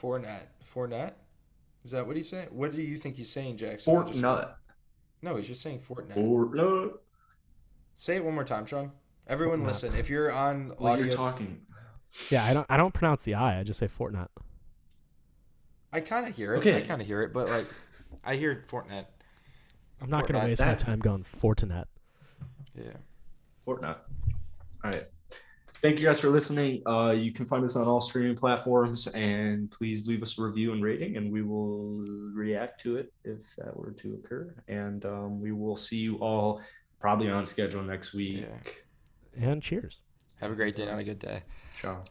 Speaker 3: Fortnite. Fortnite? Is that what he's saying? What do you think he's saying, Jackson? I just-
Speaker 1: Fortnite.
Speaker 3: no, he's just saying Fortnite.
Speaker 1: Fortnite.
Speaker 3: Say it one more time, Sean. Everyone,
Speaker 2: Fortnite.
Speaker 3: listen. If you're on
Speaker 1: Well,
Speaker 3: audio,
Speaker 1: you're talking.
Speaker 2: Yeah, I don't. I don't pronounce the I. I just say Fortnite.
Speaker 3: I kind of hear it.
Speaker 1: Okay.
Speaker 3: I kind of hear it, but like, I hear Fortnite.
Speaker 2: I'm not gonna
Speaker 3: Fortnite.
Speaker 2: waste my
Speaker 1: That-
Speaker 2: time going Fortinet.
Speaker 3: Yeah.
Speaker 1: Fortnite. All right. Thank you guys for listening. Uh, you can find us on all streaming platforms, and please leave us a review and rating, and we will react to it if that were to occur. And um, we will see you all probably on schedule next week.
Speaker 3: Yeah.
Speaker 2: And cheers.
Speaker 3: Have a great day. Not a good day.
Speaker 1: Ciao.